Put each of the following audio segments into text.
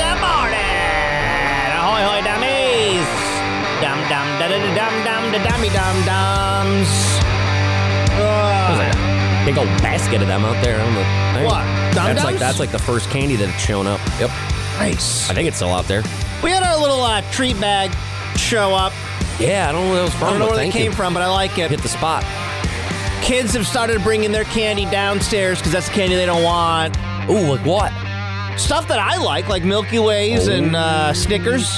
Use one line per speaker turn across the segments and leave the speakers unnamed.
Good morning! Ahoy, hoy, dummies! Dum, dum, da, da, da, dum, dum, da, dummy, dum, dums.
There's
Uh,
like a big old basket of them out there on the thing.
What? Dum-dums?
That's like that's like the first candy that had shown up. Yep.
nice.
I think it's still out there.
We had our little uh, treat bag show up.
Yeah, I don't know where that was from.
I don't know
but
where they
thank
came
you.
from, but I like it.
Hit the spot.
Kids have started bringing their candy downstairs because that's the candy they don't want.
Ooh, like what?
Stuff that I like, like Milky Ways and uh, Snickers.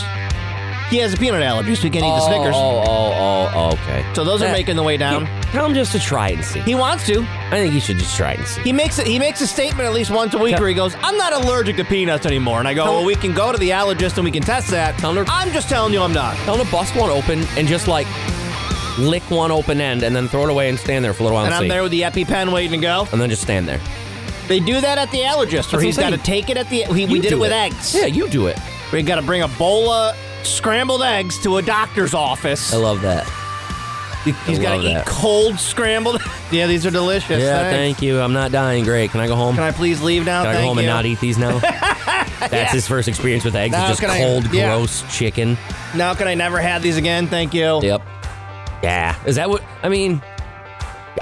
He has a peanut allergy, so he can't eat the
oh,
Snickers.
Oh, oh, oh, oh, okay.
So those are making the way down.
He- tell him just to try it and see.
He wants to.
I think you should just try it and see.
He makes it. He makes a statement at least once a week
Yeah.
where he goes, "I'm not allergic to peanuts anymore." And I go,
Tell-
"Well, we can go to the allergist and we can test that."
Tell him to-
I'm just telling you, I'm not.
Tell him to bust one open and just like lick one open end and then throw it away and stand there for a little while
And I'm
and, see.
there with the EpiPen waiting to go.
And then just stand there.
They do that at the allergist, where
what
he's got
I'm
to
saying.
take it at the. He, we
You
did
do
it with eggs.
Yeah, you do it.
We got to bring a bowl of scrambled eggs to a doctor's office.
I love that.
He's
Oh, I
got to
love
eat
that.
cold scrambled. yeah, these are delicious.
yeah,
Thanks.
thank you. I'm not dying. Great. Can I go home?
Can I please leave now?
Can I
Thank
go home
you.
and not eat these now? That's his first experience with eggs.
Now
it's
can
just
I-
cold,
yeah.
gross chicken.
Now can I never have these again? Thank you.
Yep. Yeah. Is that what? I mean,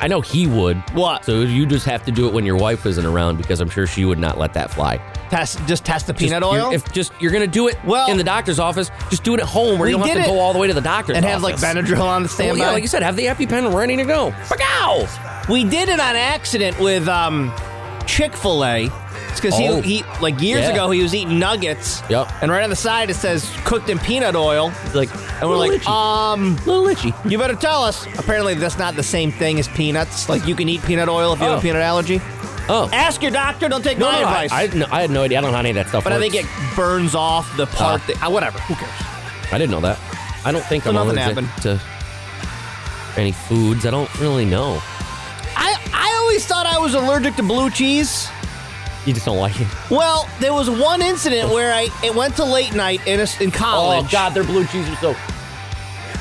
I know he would.
What?
So you just have to do it when your wife isn't around because I'm sure she would not let that fly.
Test just test the
Just-
peanut
you're-
oil.
If just you're gonna do it
Well-
in the doctor's office, just do it at home where
We
you don't have
did
to
it.
go all the way to the doctor's
and have like
office.
Benadryl on the
Well,
standby.
yeah, like you said, have the EpiPen ready to go. Pow!
We did it on accident with um, Chick Fil A. It's because
Oh.
he, he like years
Yeah.
ago he was eating nuggets.
Yep.
And right on the side it says cooked in peanut oil,
Like,
and we're like,
ah,
um,
little itchy.
you better tell us. Apparently that's not the same thing as peanuts. Like you can eat peanut oil if you have
Oh.
a peanut allergy.
Oh,
Ask your doctor. Don't take
no,
my
no, no, I,
advice.
I, no, I had no idea. I don't know how any of that stuff.
but I
works.
think it burns off the part
Ah.
that uh, whatever. Who cares?
I didn't know that. I don't think
So
I'm
nothing
allergic to any foods. I don't really know.
I I always thought I was allergic to blue cheese.
You just don't like it.
Well, there was one incident where I it went to late night in a, in college.
Oh God, their blue cheese was so.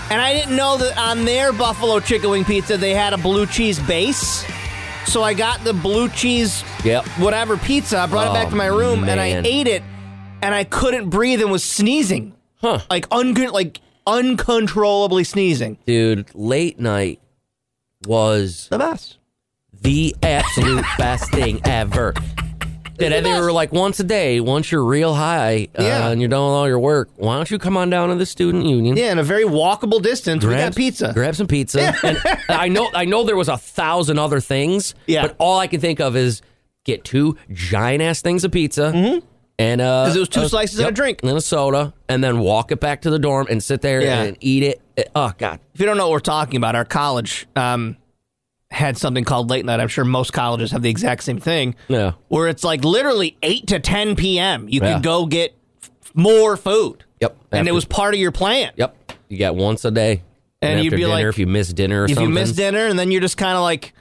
And I didn't know that on their buffalo chicken wing pizza they had a blue cheese base. So I got the blue cheese
Yep.
whatever pizza. I brought it back
Oh,
to my room and I
man.
ate it and I couldn't breathe and was sneezing.
Huh.
Like uncon like uncontrollably sneezing.
Dude, late night was
The best.
the absolute best thing ever. That they were like once a day, once you're real high uh,
Yeah.
and you're done with all your work, why don't you come on down to the student union?
Yeah, in a very walkable distance, we got pizza.
Grab some pizza. And I know I know there was a thousand other things.
Yeah.
But all I can think of is get two giant ass things of pizza. And uh
Mm-hmm. 'Cause it was two
uh,
slices and a drink.
And then a soda. And then walk it back to the dorm and sit there
Yeah.
and eat it. Uh, Oh God.
If you don't know what we're talking about, our college um, had something called late night. I'm sure most colleges have the exact same thing.
Yeah.
where it's like literally 8 to 10 p.m. You
Yeah.
could go get f- more food.
Yep.
And it
After-
was part of your plan.
Yep. You got once a day.
And you'd
after
be
dinner,
like-
if you miss dinner or
If
something.
you miss dinner and then you're just kind of like,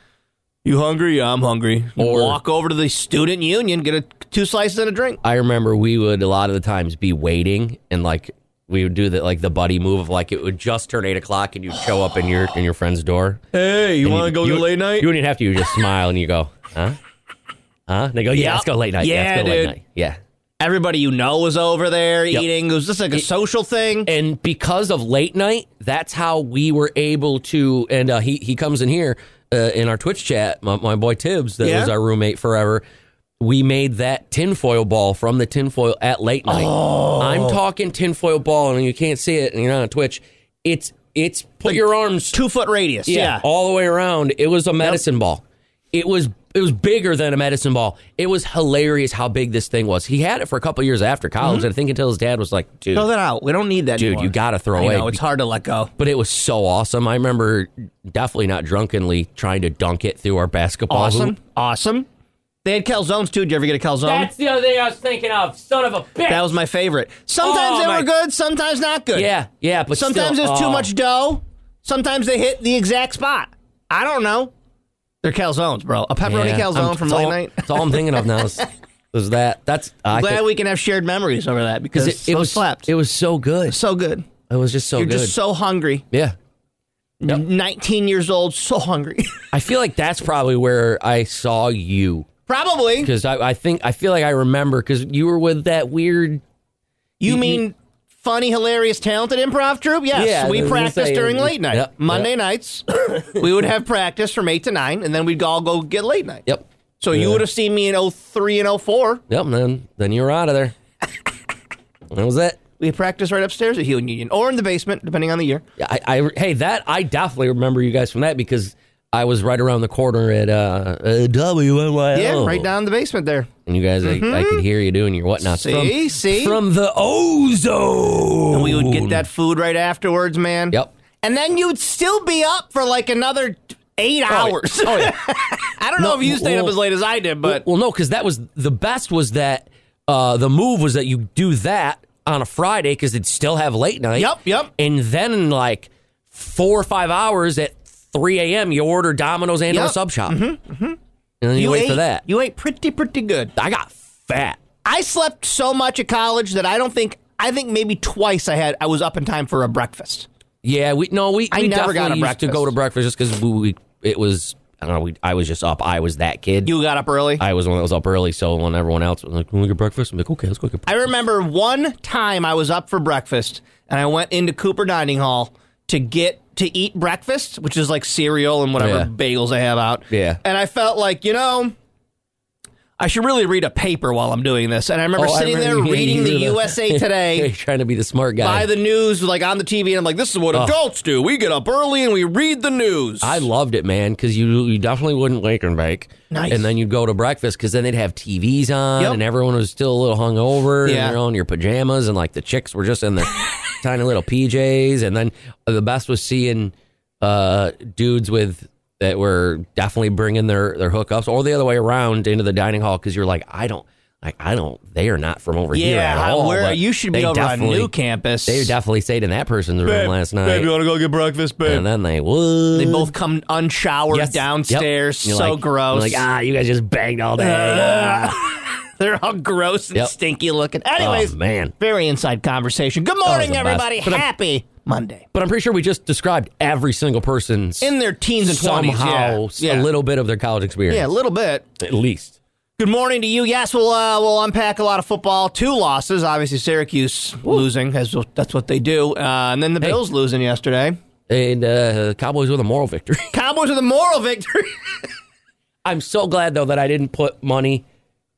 you hungry? Yeah, I'm hungry. You
Or-
walk over to the student union, get a, two slices and a drink.
I remember we would a lot of the times be waiting and like we would do that like the buddy move of like it would just turn eight o'clock and you'd show up in your in your friend's door.
Hey, you
And you- You wouldn't even have to. You just smile and you go, huh? Huh? And they go, yeah,
Yep.
let's go late night. Yeah,
Yeah,
let's go late
dude.
night. Yeah.
Everybody you know was over there
Yep.
eating. It was just like a social thing.
And because of late night, that's how we were able to. And uh, he he comes in here uh, in our Twitch chat. My, my boy Tibbs, that
Yeah?
was our roommate forever. We made that tinfoil ball from the tinfoil at late night.
Oh.
I'm talking tinfoil ball, and you can't see it, and you're not on Twitch. It's it's put your arms
two foot radius. Yeah.
all the way around. It was a medicine ball. It was it was bigger than a medicine ball. It was hilarious how big this thing was. He had it for a couple years after college, and I think until his dad was like, "Dude,
Throw Mm-hmm. that out. We don't need that
Dude,
anymore.
you gotta throw
I
away.
know, it's hard to let go.
but it was so awesome. I remember definitely not drunkenly trying to dunk it through our basketball
Awesome.
hoop.
Awesome. They had calzones too. Did you ever get a calzone?
That's the other thing I was thinking of. Son of a bitch.
that was my favorite. Sometimes
Oh,
they
my-
were good, sometimes not good.
Yeah, yeah, but
Sometimes
still,
there's too
oh.
much dough. Sometimes they hit the exact spot. I don't know. They're calzones, bro. A pepperoni
Yeah,
calzone
I'm-
from
it's
late
all-
night.
That's all I'm thinking of now. Is, is that that's I
Glad
could-
we can have shared memories over that because it, so
was
slapped.
It was so good.
so good.
It was just so
You're
good.
just so hungry.
yeah. Yep.
19 years old, so hungry.
I feel like that's probably where I saw you
Probably.
because I, I think I feel like I remember because you were with that weird.
You mean funny, hilarious, talented improv troupe? Yes.
Yeah, I
we
was gonna
practiced
say, um,
during late night.
yep,
Monday nights, we would have practice from 8 to 9, and then we'd all go get late night.
Yep.
So you would have seen me in 03 and 04.
Yep. And then then you were out of there. that was it.
We practiced right upstairs at Hugh and Union or in the basement, depending on the year.
Yeah, I, I hey that I definitely remember you guys from that because I was right around the corner at uh, uh WNYL.
Yeah, right down in the basement there.
And you guys, I, I could hear you doing your whatnot.
See,
from,
see?
from the ozone.
And we would get that food right afterwards, man.
Yep.
And then you'd still be up for like another eight hours.
Oh yeah.
I don't know if you stayed
well-
up as late as I did, but
well, no, because that was the best. Was that uh, the move? Was that you do that on a Friday because it'd still have late night.
Yep, yep.
And then in like four or five hours at three a.m., you order Domino's and or
Yep. Mm-hmm,
Sub Shop, and then you, wait
ate,
for that.
You ate pretty, pretty good.
I got fat.
I slept so much at college that I don't think I think maybe twice I had I was up in time for a breakfast.
Yeah, we no, we,
I
we
never
definitely
got a
used to go
breakfast.
to breakfast just because we, we it was I don't know. We, I was just up. I was that kid.
You got up early.
I was one that was up early, so when everyone else was like, "Can we get breakfast?" I'm like, "Okay, let's go get
I
breakfast."
remember one time I was up for breakfast and I went into Cooper Dining Hall to get to eat breakfast, which is like cereal and whatever
Yeah.
bagels I have out.
Yeah.
And I felt like, you know, I should really read a paper while I'm doing this. And I remember
Oh, I
sitting
remember
there
you-
reading
you
the
were
USA Today
trying to be the smart guy.
by the news, like on the TV, and I'm like, this is what adults do. We get up early and we read the news.
Oh. I loved it, man, because you you definitely wouldn't wake and bake.
Nice.
And then you'd go to breakfast because then they'd have TVs on,
Yep.
and everyone was still a little hungover.
Yeah.
And you're in your pajamas, and like the chicks were just in their tiny little PJs. And then the best was seeing uh, dudes with that were definitely bringing their their hookups, or the other way around into the dining hall because you're like, I don't. Like I don't, they are not from over here at
yeah,
all.
where
but
you should
they
be over on
definitely-
new campus.
They definitely stayed in that person's room last night,
want to go get breakfast, babe?
and then they would.
They both come unshowered
Yes.
downstairs.
Yep. You're
So
like-
gross. Ah.
you're like, ah, you guys just banged all day.
They're all gross and
Yep.
stinky looking.
Ah.
Anyways,
oh, man.
very inside conversation. Good
was
morning,
the best.
everybody.
But I'm-
Happy Monday.
But I'm pretty sure we just described every single person's
In their teens and twenties,
somehow
yeah.
a
yeah.
little bit of their college experience,
Yeah, a little bit.
at least.
Good morning to you. Yes, we'll uh, we'll unpack a lot of football. Two losses, obviously. Syracuse losing, as that's what they do, uh, and then the Bills losing yesterday.
And uh, Cowboys with a moral victory.
Cowboys with a moral victory.
I'm so glad though that I didn't put money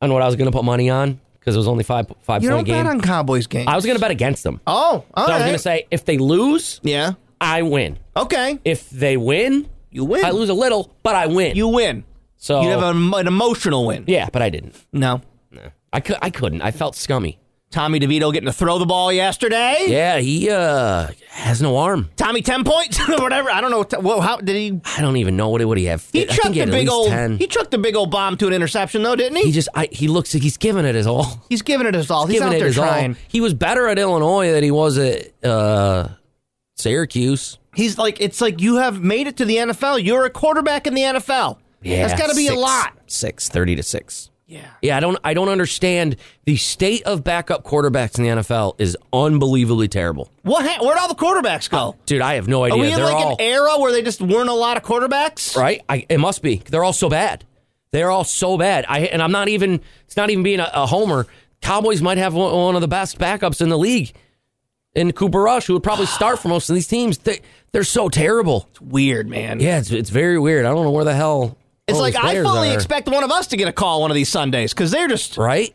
on what I was going to put money on because it was only five five
you
point
don't
game.
bet on Cowboys games.
I was going to bet against them.
oh, all
so I was
right.
going to say if they lose,
yeah.
I win.
Okay,
If they win,
you win.
I lose a little, but I win.
You win.
so
You have a, an emotional win.
Oh. yeah, but I didn't.
No.
I cou- I couldn't. I felt scummy.
Tommy DeVito getting to throw the ball yesterday.
Yeah, he uh has no arm.
Tommy, 10 points or whatever. I don't know. What t- well, how did he?
I don't even know what it would he have.
He
I think
chucked
he
the
had at
big
least
old.
10.
He
He,
chucked the big old bomb to an interception, though, didn't he?
just I, he looks like he's giving it his all.
he's giving it his all. He's,
giving
out
it
there
his
trying.
all. He was better at Illinois than he was at uh, Syracuse.
He's like, it's like you have made it to the NFL. You're a quarterback in the NFL. that's got to be a
six-
lot.
Six thirty to six.
Yeah.
Yeah, I don't I don't understand the state of backup quarterbacks in the NFL is unbelievably terrible.
What? Ha- where'd all the quarterbacks go?
Dude, I have no
Are
idea.
we in
They're
like
all
an era where they just weren't a lot of quarterbacks?
right? I, it must be. They're all so bad. They're all so bad. I and I'm not even. It's not even being a, a homer. Cowboys might have one, one of the best backups in the league, in Cooper Rush, who would probably start for most of these teams. They, they're so terrible.
It's weird, man.
Yeah, it's, it's very weird. I don't know where the hell.
It's
all
like
these
I
players
fully
are.
expect one of us to get a call one of these Sundays because they're just
right.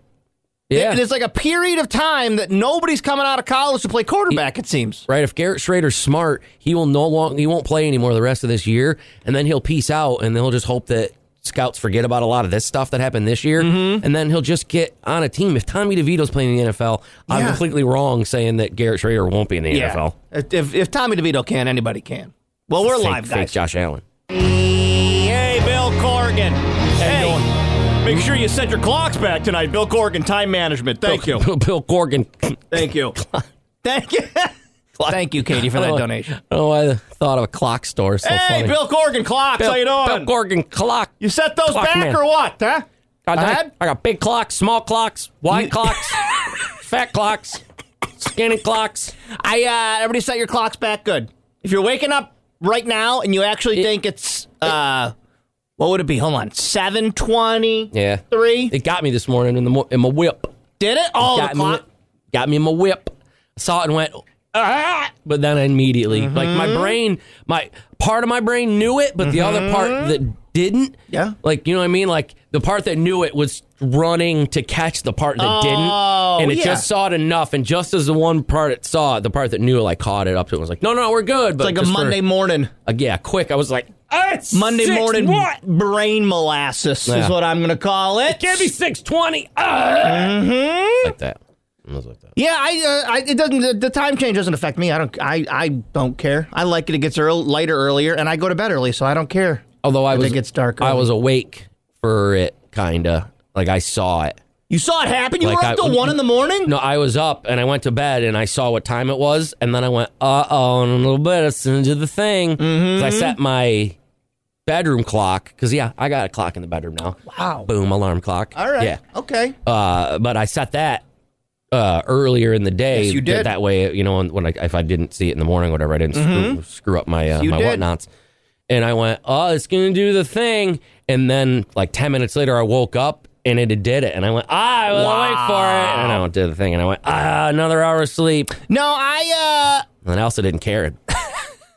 Yeah,
It is like a period of time that nobody's coming out of college to play quarterback. It seems.
right. If Garrett Schrader's smart, he will no long. He won't play anymore the rest of this year, and then he'll peace out, and then he'll just hope that. Scouts forget about a lot of this stuff that happened this year,
Mm-hmm.
and then he'll just get on a team. If Tommy DeVito's playing in the NFL, I'm
Yeah.
completely wrong saying that Garrett Schrader won't be in the NFL.
If, if Tommy DeVito can, anybody can. Well, we're
fake,
live,
fake
guys.
Josh Allen.
Hey, Bill Corgan. Hey, Make sure you set your clocks back tonight, Bill Corgan. Time management. Thank you.
Bill, Bill Corgan.
Thank you. Thank you. Thank you, Katie, for that donation.
Oh, I thought of a clock store. So
Hey,
funny.
Bill Corgan clocks.
Bill,
how you doing?
Bill Corgan clock.
you set those
Clock
back
man.
or what? Huh?
God, I,
Dad?
I got big clocks, small clocks, wide clocks, fat clocks, skinny clocks.
I uh, everybody set your clocks back good. If you're waking up right now and you actually think it's uh, what would it be? Hold on, seven twenty.
Yeah.
three.
It got me this morning in the mo- in my whip.
Did it? Oh, the
got
clock.
me, got me in my whip. Saw it and went, ah! but then I immediately, like my
Mm-hmm.
brain, my part of my brain knew it, but the other part that didn't,
Yeah.
like you know what I mean, like the part that knew it was running to catch the part that
Oh,
didn't, and it
yeah.
just saw it enough, and just as the one part it saw it, the part that knew it, like caught it up to it, was like, no, no, we're good, but
It's like a
just for-
Monday morning,
uh, yeah, quick, I was like, ah, it's
Monday
six,
morning
what?
brain molasses
Yeah.
is what I'm gonna call it.
Can't be six twenty, Ah!" like
Mm-hmm.
that. It was like that.
Yeah, I, uh, I it doesn't. The, the time change doesn't affect me. I don't. I, I don't care. I like it. It gets earl lighter earlier, and I go to bed early, so I don't care.
Although I
If it
was,
gets dark
I
early.
was awake for it, kinda. Like I saw it.
You saw it happen. You
Like
were
I-
up till one in the morning.
No, I was up and I went to bed and I saw what time it was, and then I went, uh oh, in a little bit. It's into the thing.
Mm-hmm.
'Cause I set my bedroom clock because yeah, I got a clock in the bedroom now.
Wow.
Boom, alarm clock.
All right.
Yeah.
Okay.
Uh, but I set that uh, earlier in the day.
Yes, you
Th-
did.
That way, you know, when I, if I didn't see it in the morning, or whatever, I didn't screw, screw up my uh,
Mm-hmm. you
my
did.
whatnots. And I went, oh, it's gonna do the thing. And then, like ten minutes later, I woke up and it did it. And I went, ah, I was awake for it. And I went did the thing. And I went, ah, another hour of sleep.
No, I. uh
And I also didn't care.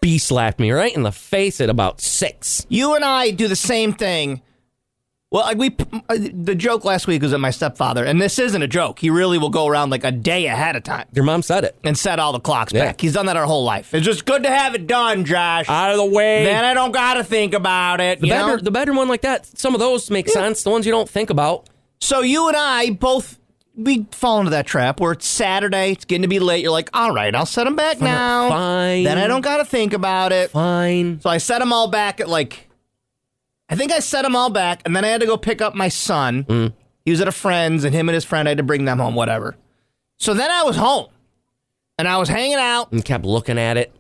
B slapped me right in the face at about six.
You and I do the same thing. Well, like we uh, the joke last week was that my stepfather, and this isn't a joke. He really will go around like a day ahead of time
Your mom said it.
and set all the clocks
Yeah.
back. He's done that our whole life. It's just good to have it done, Josh.
Out of the way.
then I don't gotta think about it.
the,
you know?
bedroom, the bedroom one like that. Some of those make sense. The ones you don't think about.
So you and I both we fall into that trap where it's Saturday, it's getting to be late. You're like, all right, I'll set them back now.
fine.
Then I don't got to think about it.
Fine.
So I set them all back at like, I think I set them all back, and then I had to go pick up my son.
Mm.
He was at a friend's, and him and his friend I had to bring them home, whatever. So then I was home, and I was hanging out,
and kept looking at it.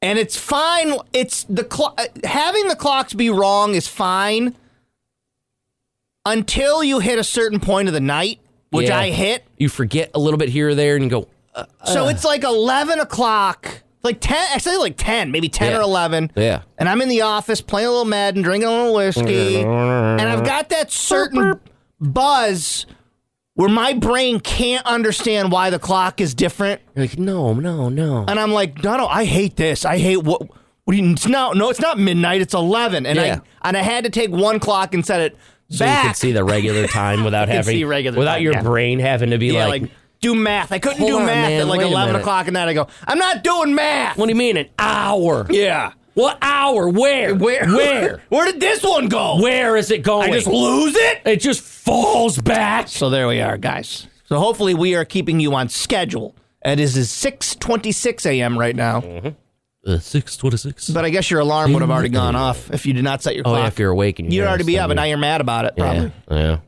and it's fine. It's the clock. Having the clocks be wrong is fine until you hit a certain point of the night, which
Yeah.
I hit.
You forget a little bit here or there and you go, uh,
So it's like 11 o'clock, like 10, actually like 10, maybe 10
Yeah.
or 11.
Yeah.
And I'm in the office playing a little Madden, drinking a little whiskey. and I've got that certain buzz where my brain can't understand why the clock is different.
you're like, no, no, no.
And I'm like, no, no, I hate this. I hate what. what do you, it's no, no, it's not midnight. It's eleven, and
Yeah.
I and I had to take one clock and set it
So you
back.
could see the regular time without
could
having,
see regular
without
time,
your
yeah.
brain having to be
yeah,
like,
like, do math. I couldn't
Hold
do
on,
math
man,
at like
wait a
eleven
minute.
o'clock at night. I go, I'm not doing math.
what do you mean an hour?
yeah,
What hour? Where?
where,
Where?
where did this one go?
Where is it going?
I just lose it.
it just falls back.
Oh, So there we are, guys. So hopefully we are keeping you on schedule. It is 6:26 a.m. right now,
Uh, 626.
but I guess your alarm would have already gone off if you did not set your
Mm-hmm. Oh,
clock.
yeah, if you're awake and you
You'd already be
notice,
up, and now
then
you're mad about it. Probably.
you- Yeah.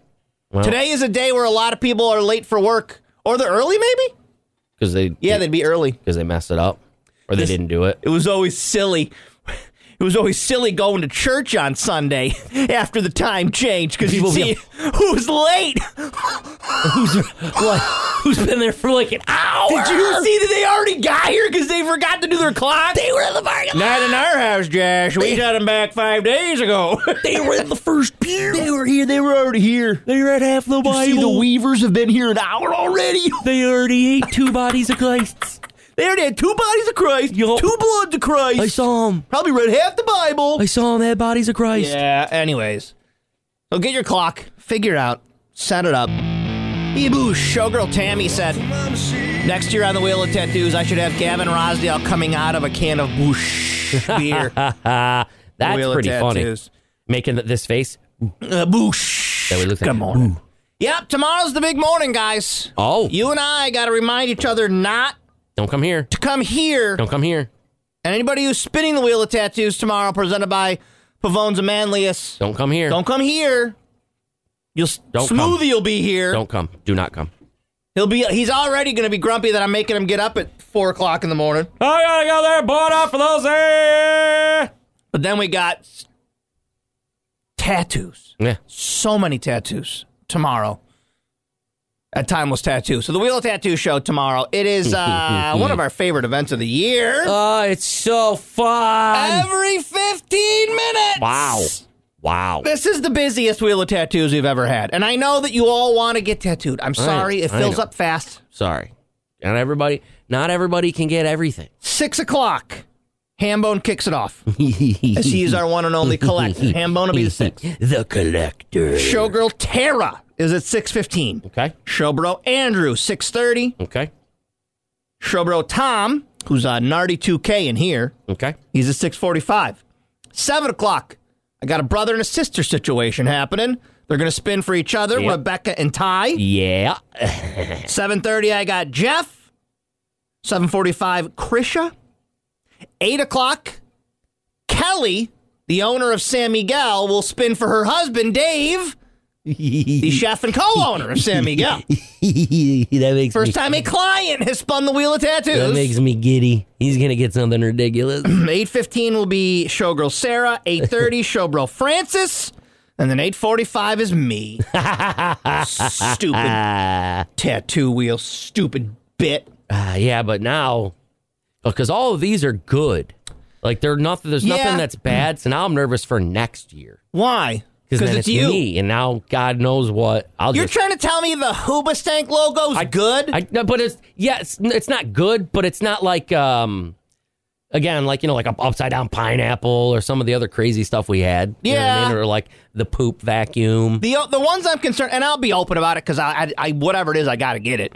Yeah.
Today is a day where a lot of people are late for work, or they're early, maybe.
Because they,
Yeah, they'd be early.
because they messed it up or they
This-
didn't do it.
It was always silly. It was always silly going to church on Sunday after the time change because you
People
see who's late.
What? Who's been there for like an hour?
Did you see that they already got here because they forgot to do their clock? They were in the parking lot. Not in our house, Josh. We got them back five days ago.
They were in the first pew.
they were here. They were already here.
They read half the
You see, the Weavers have been here an hour already.
They already ate two bodies of Christ.
They already had two bodies of Christ,
Yup.
two bloods of Christ.
I saw him.
Probably read half the Bible.
I saw him. They had bodies of Christ.
Yeah, anyways. So get your clock, figure it out, set it up. Eboo, showgirl Tammy said, Next year on the Wheel of Tattoos, I should have Gavin Rosdale coming out of a can of Boosh beer.
That's
Wheel of
pretty funny.
Tattoos.
Making th- this face.
Uh, boosh.
That we look like-
Good morning. Yep, tomorrow's the big morning, guys.
Oh,
You and I got to remind each other not
don't come here.
to come here.
Don't come here.
And anybody who's spinning the Wheel of Tattoos tomorrow, presented by Pavones and Manlius,
Don't come here.
Don't come here. You'll s-
Don't come.
smoothie. will be here.
Don't come. Do not come.
He'll be. He's already going to be grumpy that I'm making him get up at four o'clock in the morning.
I gotta go there. Board up for those. eh?
But then we got s- tattoos.
Yeah.
So many tattoos tomorrow. At Timeless Tattoo. So the Wheel of Tattoo show tomorrow. It is uh, one of our favorite events of the year.
Oh, it's so fun.
Every 15 minutes.
Wow. Wow.
This is the busiest Wheel of Tattoos we've ever had. And I know that you all want to get tattooed. I'm sorry. It
I
fills
know.
up fast.
Sorry. Not everybody. Not everybody can get everything.
Six o'clock. Hambone kicks it off. As he is our one and only collector. Hambone will be the six.
The collector.
Showgirl Tara is at 6.15.
Okay.
Showbro Andrew, 6.30.
Okay.
Showbro Tom, who's uh, on Nardy 2K in here,
Okay.
he's at 6.45. 7 o'clock, I got a brother and a sister situation happening. They're going to spin for each other,
Yep.
Rebecca and Ty.
Yeah.
7.30, I got Jeff. 7.45, Krisha. 8 o'clock, Kelly, the owner of San Miguel, will spin for her husband, Dave, the chef and co-owner of San Miguel.
that makes
First
me,
time a client has spun the wheel of tattoos.
That makes me giddy. He's gonna get something ridiculous.
8.15 will be showgirl Sarah, 8.30 showgirl Francis, and then 8.45 is me. stupid
Ah,
tattoo wheel, stupid bit.
ah, yeah, but now, because all of these are good. Like they're nothing. There's
Yeah.
nothing that's bad. So now I'm nervous for next year
Why?
because it's,
it's you.
me, and now God knows what I'll
You're
just.
trying to tell me the Hoobastank logo's good?
I, no, but it's yeah, it's, it's not good, but it's not like um, again, like you know, like a upside down pineapple or some of the other crazy stuff we had. You know what I
Yeah.
mean? or like the poop vacuum.
the uh, the ones I'm concerned, and I'll be open about it because I, I, I whatever it is, I got to get it.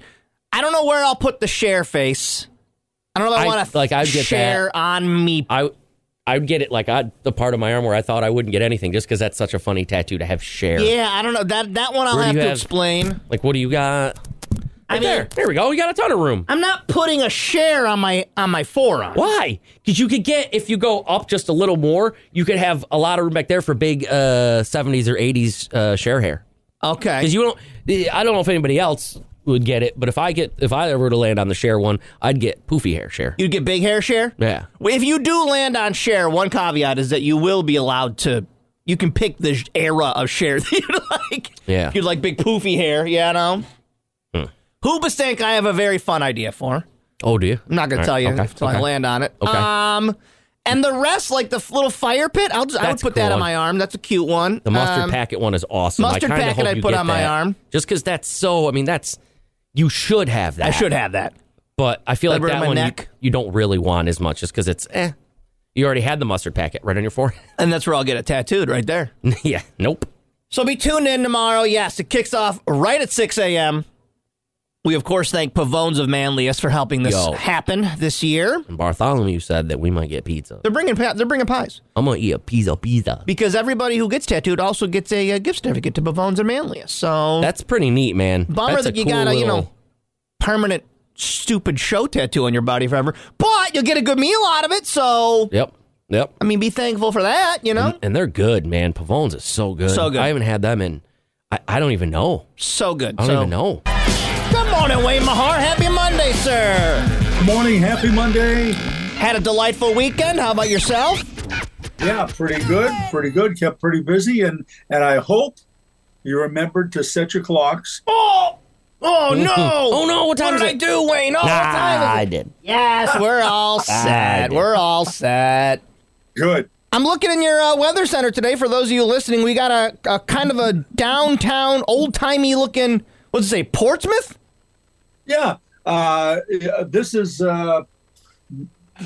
I don't know where I'll put the share face. I don't know if I,
I-
want to
like, I'd get that.
share on me.
I I would get it like I the part of my arm where I thought I wouldn't get anything just because that's such a funny tattoo to have share.
Yeah, I don't know that that one. I'll
Where do
have
you
to
have-
explain.
Like what do you got?
I mean-
Right there, there we go. We got a ton of room.
I'm not putting a share on my on my forearm.
Why? Because you could get if you go up just a little more, you could have a lot of room back there for big uh, '70s or '80s uh, share hair.
Okay.
Because you don't. I don't know if anybody else would get it, but if I get if I were to land on the share one, I'd get poofy hair share.
You'd get big hair share?
Yeah.
If you do land on share, one caveat is that you will be allowed to you can pick the era of share that you'd like.
Yeah. Hmm.
If you'd like big poofy hair, yeah, no. Hoobastank, I have a very fun idea for.
Oh, do you?
I'm not going to tell you until I land on it.
Okay.
Um, and the rest, like the f- little fire pit, I'll just, I would
That's a
put
cool
that on
one.
my arm. That's a cute one.
The mustard
Um,
packet one is awesome.
mustard
I kinda
packet
hope
I
you
put
get
on my
that.
arm.
just because that's so. I mean, that's you should have that.
I should have that.
but I feel like
Over
that
my
one you-
neck.
You, don't really want as much just because it's eh. You already had the mustard packet right on your forehead.
And that's where I'll get it tattooed right there.
yeah. Nope.
So be tuned in tomorrow. Yes, it kicks off right at 6 a.m. We, of course, thank Pavones of Manlius for helping this
Yo.
happen this year.
And Bartholomew said that we might get pizza.
They're bringing pa- they're bringing pies
I'm gonna eat a pizza pizza.
because everybody who gets tattooed also gets a, uh gift certificate to Pavones of Manlius. So
That's pretty neat, man.
bummer
That's a
that you
cool
got a you
little-
know permanent stupid show tattoo on your body forever, but you'll get a good meal out of it. So
Yep. Yep.
I mean, be thankful for that. You know,
And they're good, man. Pavones is so good.
So good.
I haven't had them in. I, I don't even know.
so good.
I don't
so
even know.
Good morning, Wayne Mahar. Happy Monday, sir.
Morning, happy Monday.
Had a delightful weekend. How about yourself?
Yeah, pretty good, pretty good. Kept pretty busy, and and I hope you remembered to set your clocks.
Oh, oh no!
Oh, no, what
what
time is
did I
it?
do, Wayne? Oh, what time is it?
did.
Yes, we're all set. We're all set.
Good.
I'm looking in your uh, weather center today. For those of you listening, we got a, a kind of a downtown, old timey looking. What's it say? Portsmouth?
Yeah. Uh, yeah, this is uh,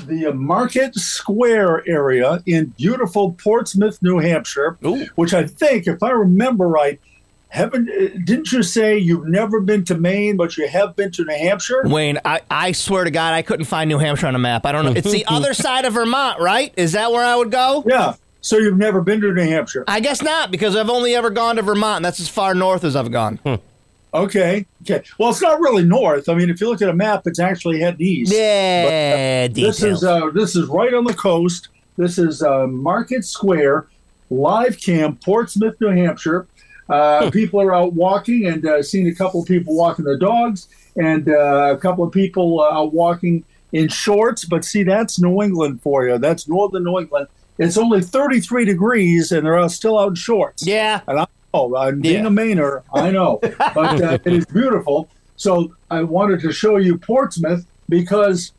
the Market Square area in beautiful Portsmouth, New Hampshire, which I think, if I remember right, haven't uh, didn't you say you've never been to Maine, but you have been to New Hampshire?
Wayne, I, I swear to God, I couldn't find New Hampshire on a map. I don't know. It's the other side of Vermont, right? Is that where I would go?
Yeah. So you've never been to New Hampshire.
I guess not, because I've only ever gone to Vermont. And that's as far north as I've gone.
Hmm.
Okay. Okay. Well, it's not really north. I mean, if you look at a map, it's actually heading east.
Yeah,
This
details.
is uh, this is right on the coast. This is uh, Market Square, live cam, Portsmouth, New Hampshire. Uh, people are out walking, and uh, seen a couple of people walking their dogs, and uh, a couple of people uh, out walking in shorts. But see, that's New England for you. That's northern New England. It's only 33 degrees, and they're out- still out in shorts.
Yeah.
And I know, I'm Oh, uh, being
Yeah.
a Mainer, I know, but uh, it is beautiful. So I wanted to show you Portsmouth because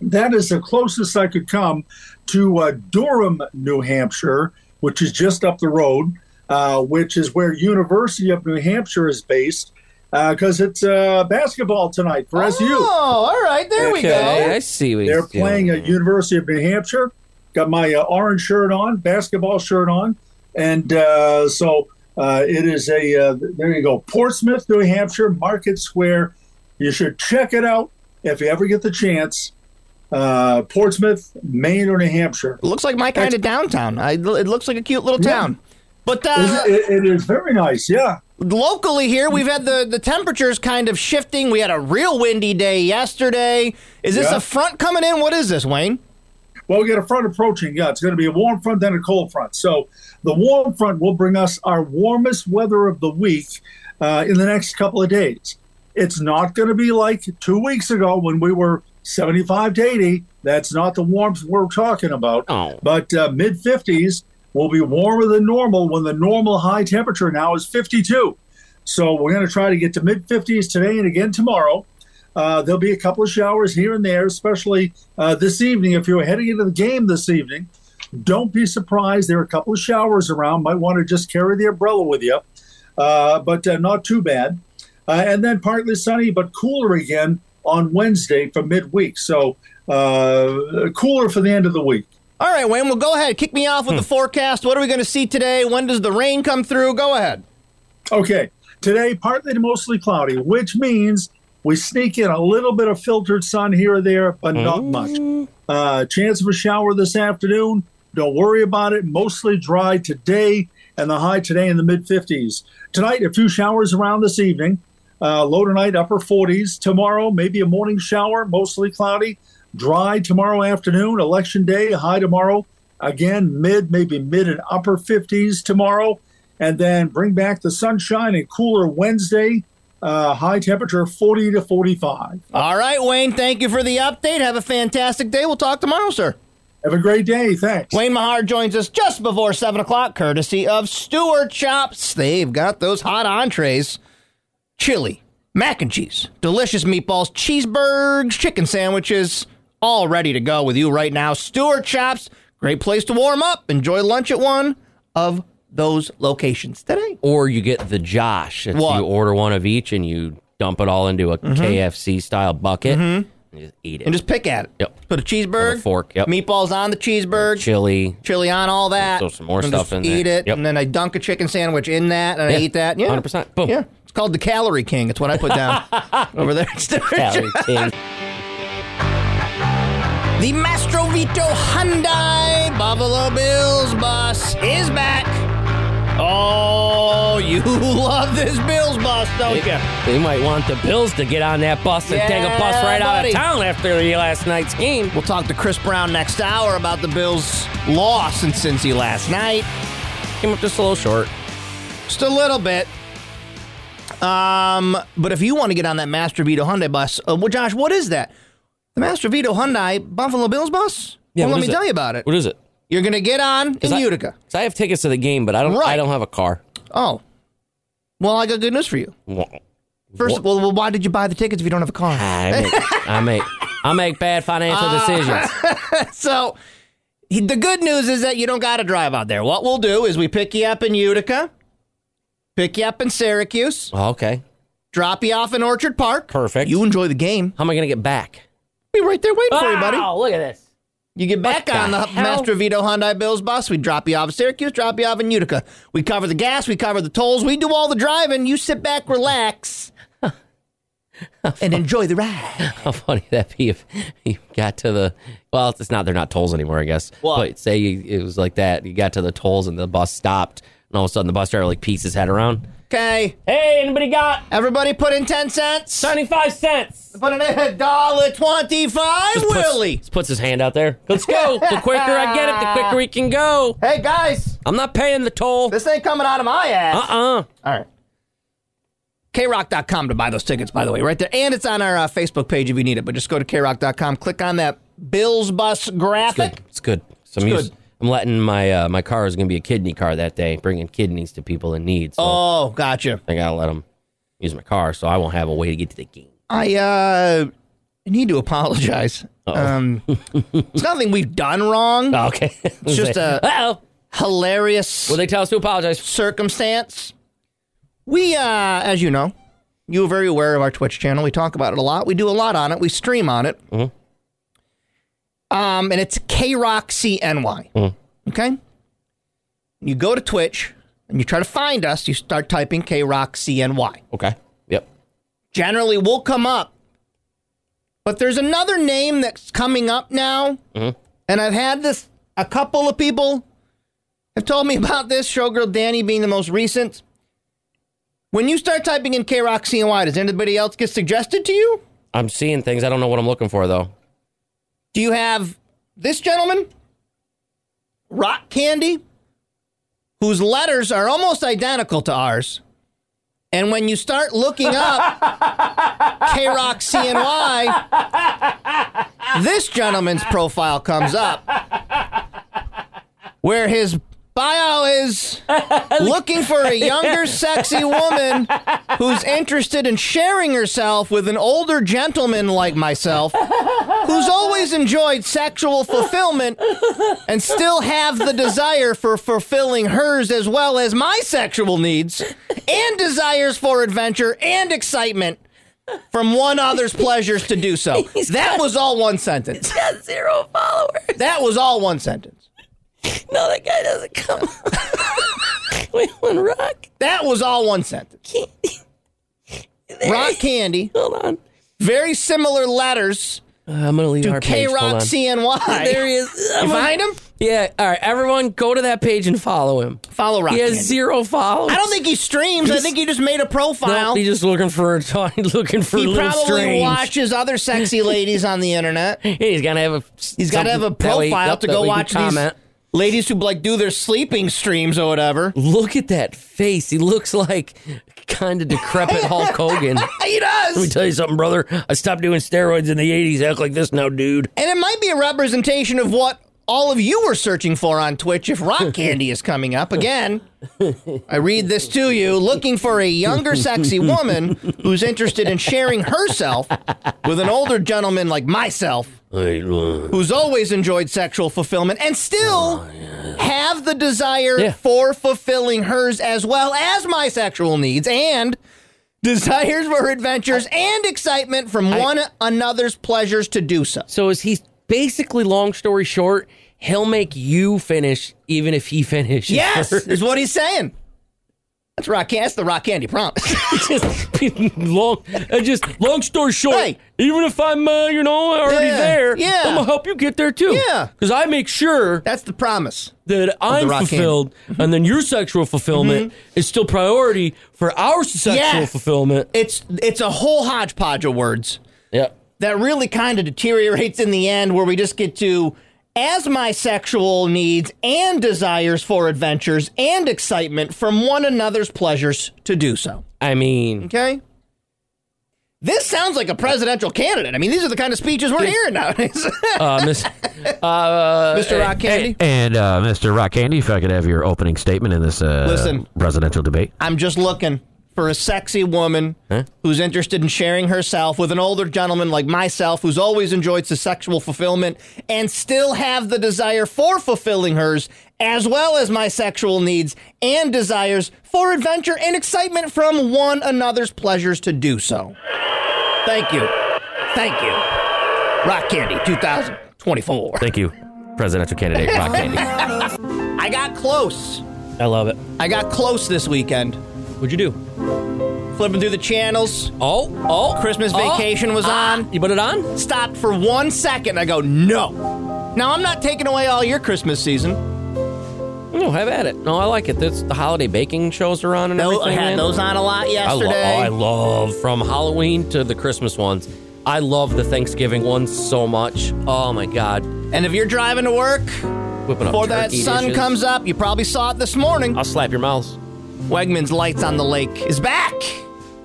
that is the closest I could come to uh, Durham, New Hampshire, which is just up the road, uh, which is where University of New Hampshire is based, because it's uh, basketball tonight for
Oh,
SU.
all right. There we
Okay,
go.
I see what
They're
he's doing.
playing at University of New Hampshire. Got my uh, orange shirt on, basketball shirt on, and uh, so uh, it is a. Uh, there you go, Portsmouth, New Hampshire, Market Square. You should check it out if you ever get the chance. Uh, Portsmouth, Maine, or New Hampshire.
Looks like my kind of downtown. I, it looks like a cute little town. But uh,
It, it is very nice. Yeah,
locally here, we've had the, the temperatures kind of shifting. We had a real windy day yesterday. Is this
Yeah.
a front coming in? What is this, Wayne?
Well, we got a front approaching. Yeah, it's going to be a warm front, then a cold front. So the warm front will bring us our warmest weather of the week uh, in the next couple of days. It's not going to be like two weeks ago when we were 75 to 80. That's not the warmth we're talking about.
Oh.
But uh, mid 50s will be warmer than normal when the normal high temperature now is 52. So we're going to try to get to mid 50s today and again tomorrow. Uh, there'll be a couple of showers here and there, especially uh, this evening. If you're heading into the game this evening, don't be surprised. There are a couple of showers around. Might want to just carry the umbrella with you, uh, but uh, not too bad. Uh, and then partly sunny, but cooler again on Wednesday for midweek. So uh, cooler for the end of the week.
All right, Wayne, well, go ahead. Kick me off
Hmm.
with the forecast. What are we going to see today? When does the rain come through? Go ahead.
Okay. Today, partly to mostly cloudy, which means we sneak in a little bit of filtered sun here or there, but not much. Uh, chance of a shower this afternoon. Don't worry about it. Mostly dry today, and the high today in the mid 50s. Tonight, a few showers around this evening. Uh, low tonight, upper 40s. Tomorrow, maybe a morning shower, mostly cloudy. Dry tomorrow afternoon, election day, high tomorrow. Again, mid, maybe mid and upper 50s tomorrow. And then bring back the sunshine and cooler Wednesday, uh, high temperature 40 to 45.
All right, Wayne, thank you for the update. Have a fantastic day. We'll talk tomorrow, sir.
Have a great day. Thanks.
Wayne Mahar joins us just before 7 o'clock, courtesy of Stewart Chops. They've got those hot entrees chili, mac and cheese, delicious meatballs, cheeseburgers, chicken sandwiches, all ready to go with you right now. Stewart Chops, great place to warm up. Enjoy lunch at one of those locations today.
or you get the Josh. It's
What? Mm-hmm.
You order one of each and you dump it all into a KFC style bucket and just eat it.
And just pick at it.
Yep.
Put a cheeseburger,
With a fork, yep.
meatballs on the cheeseburger,
chili.
chili on all that.
Throw some more
and
stuff
just
in
Eat
there.
it,
Yep.
and then I dunk a chicken sandwich in that, and I
Yeah,
eat that. Yeah,
100%. Boom.
Yeah, it's called the Calorie King. It's what I put down over there.
Calorie king.
The Mastro Vito Hyundai Buffalo Bills bus is back. Oh, you love this Bills bus, don't you?
They might want the Bills to get on that bus and take a bus
Yeah,
right out
buddy.
of town after the last night's game.
We'll talk to Chris Brown next hour about the Bills' loss in Cincy last night.
Came up just a little short.
Just a little bit. Um, but if you want to get on that Master Vito Hyundai bus, uh, well, Josh, what is that? The Master Vito Hyundai Buffalo Bills bus?
Yeah,
well,
what
let
is
me
it?
tell you about it.
What is it?
You're going to get on in
I-
Utica.
'Cause I have tickets to the game, but I don't.
Right.
I don't have a car.
Oh. Well, I got good news for you. First, well, well, why did you buy the tickets if you don't have a car?
I make, I make I make bad financial
Ah.
decisions.
So he- the good news is that you don't got to drive out there. What we'll do is we pick you up in Utica, pick you up in Syracuse,
Oh, okay,
drop you off in Orchard Park.
perfect.
You enjoy the game.
How am I gonna get back?
Be right there waiting for you, buddy.
Wow, look at this.
You get back
What
on
the
the
hell?
Master Vito Hyundai Bills bus. We drop you off in Syracuse, drop you off in Utica. We cover the gas, we cover the tolls, we do all the driving. You sit back, relax, and enjoy the ride.
How funny would that be if you got to the well, it's not they're not tolls anymore, I guess.
What?
But say you, it was like that, you got to the tolls and the bus stopped, And all of a sudden, the bus driver like peeks his head around.
Okay.
Hey, anybody got
Everybody put in 10 cents.
95 cents?
Put in a dollar 25,
Just puts-
Willie.
just puts his hand out there. Let's go. the quicker I get it, the quicker he can go.
Hey, guys,
I'm not paying the toll.
this ain't coming out of my ass.
Uh-uh.
All right. KRock.com to buy those tickets, by the way, right there. And it's on our uh, Facebook page if you need it, but just go to KRock.com, click on that Bills Bus graphic.
Good. It's good. So I'm,
It's
used-
good.
I'm letting my uh, my car is going to be a kidney car that day, bringing kidneys to people in need. So
Oh, gotcha.
I got to let them use my car so I won't have a way to get to the game.
I uh, need to apologize. Um, it's nothing we've done wrong.
Okay.
It's just a-
Uh-oh.
Hilarious
Well, they tell us to apologize.
circumstance. We, uh, as you know, you are very aware of our Twitch channel. We talk about it a lot. We do a lot on it. We stream on it. Um, and it's KRockCNY. Okay? You go to Twitch and you try to find us. You start typing KRockCNY.
Okay. Yep.
Generally, will come up. But there's another name that's coming up now. And I've had this, a couple of people have told me about this, Showgirl Danny being the most recent. When you start typing in K Rock CNY, does anybody else get suggested to you?
I'm seeing things. I don't know what I'm looking for, though.
Do you have this gentleman, Rock Candy, whose letters are almost identical to ours? And when you start looking up K Rock CNY, this gentleman's profile comes up where his bio is looking for a younger, sexy woman who's interested in sharing herself with an older gentleman like myself who's always enjoyed sexual fulfillment and still have the desire for fulfilling hers as well as my sexual needs and desires for adventure and excitement from one other's pleasures to do so. That was all one sentence.
Got zero followers.
That was all one sentence.
No, that guy doesn't come. we want rock
That was all one sentence.
candy.
Rock Candy,
Hold on.
very similar letters
Uh, I'm going to leave
to
our
K
page. Hold
Rock
on.
CNY.
There he is.
You
I'm on-
find him?
Yeah. All right. Everyone go to that page and follow him.
Follow Rock
He has
Candy.
zero followers.
I don't think he streams. I think he just made a profile.
Nope, he's just looking for looking for a
he
little
probably
strange.
watches other sexy ladies on the internet.
Yeah, he's gotta have a
He's got to have a profile to go watch these
comment.
ladies who like do their sleeping streams or whatever.
Look at that face. He looks like kind of decrepit Hulk Hogan. Let
He
me
does,
tell you something, brother. I stopped doing steroids in the '80s. Act like this now, dude.
and it might be a representation of what all of you were searching for on Twitch. If Rock Candy is coming up again, I read this to you: looking for a younger, sexy woman who's interested in sharing herself with an older gentleman like myself.
Like, uh,
who's always enjoyed sexual fulfillment and still have the desire
Yeah.
for fulfilling hers as well as my sexual needs and desires for adventures and excitement from one another's pleasures to do so.
So is he basically? Long story short, he'll make you finish even if he finishes.
Yes,
first.
is what he's saying. That's rock. That's the rock candy promise.
just long, uh, just long story short.
Hey.
Even if I'm, uh, you know, already
Yeah,
there,
yeah.
I'm gonna help you get there too.
Yeah.
because I make sure
That's the promise.
that I'm
rock Mm-hmm.
fulfilled, and then your sexual fulfillment is still priority for our sexual
Yeah.
fulfillment.
It's it's a whole hodgepodge of words.
Yeah,
that really kind of deteriorates in the end where we just get to as my sexual needs and desires for adventures and excitement from one another's pleasures to do so.
I mean,
Okay? This sounds like a presidential candidate. I mean, these are the kind of speeches we're hearing nowadays.
uh, Miss uh,
Mr. Rock Candy,
And uh, Mr. Rock Candy, if I could have your opening statement in this uh,
Listen.
presidential debate.
I'm just looking for a sexy woman who's interested in sharing herself with an older gentleman like myself who's always enjoyed the sexual fulfillment and still have the desire for fulfilling hers as well as my sexual needs and desires for adventure and excitement from one another's pleasures to do so. Thank you. Thank you. Rock Candy 2024.
thank you, presidential candidate Rock Candy.
I got close.
I love it.
I got close this weekend.
What'd you do?
Flipping through the channels.
Oh, oh,
Christmas
oh,
vacation was
ah,
on.
You put it on?
stopped for one second. I go, no. Now, I'm not taking away all your Christmas season.
No, have at it. No, I like it. That's the holiday baking shows are on and
Those, I
everything.
had
man.
those on a lot
I, lo- oh,
yesterday.
I love from Halloween to the Christmas ones. I love the Thanksgiving ones so much. Oh my god,
and if you're driving to work
whipping up
before that
turkey
sun
dishes. Uh,
comes up, you probably saw it this morning.
I'll slap your mouths.
Wegman's Lights on the Lake is back,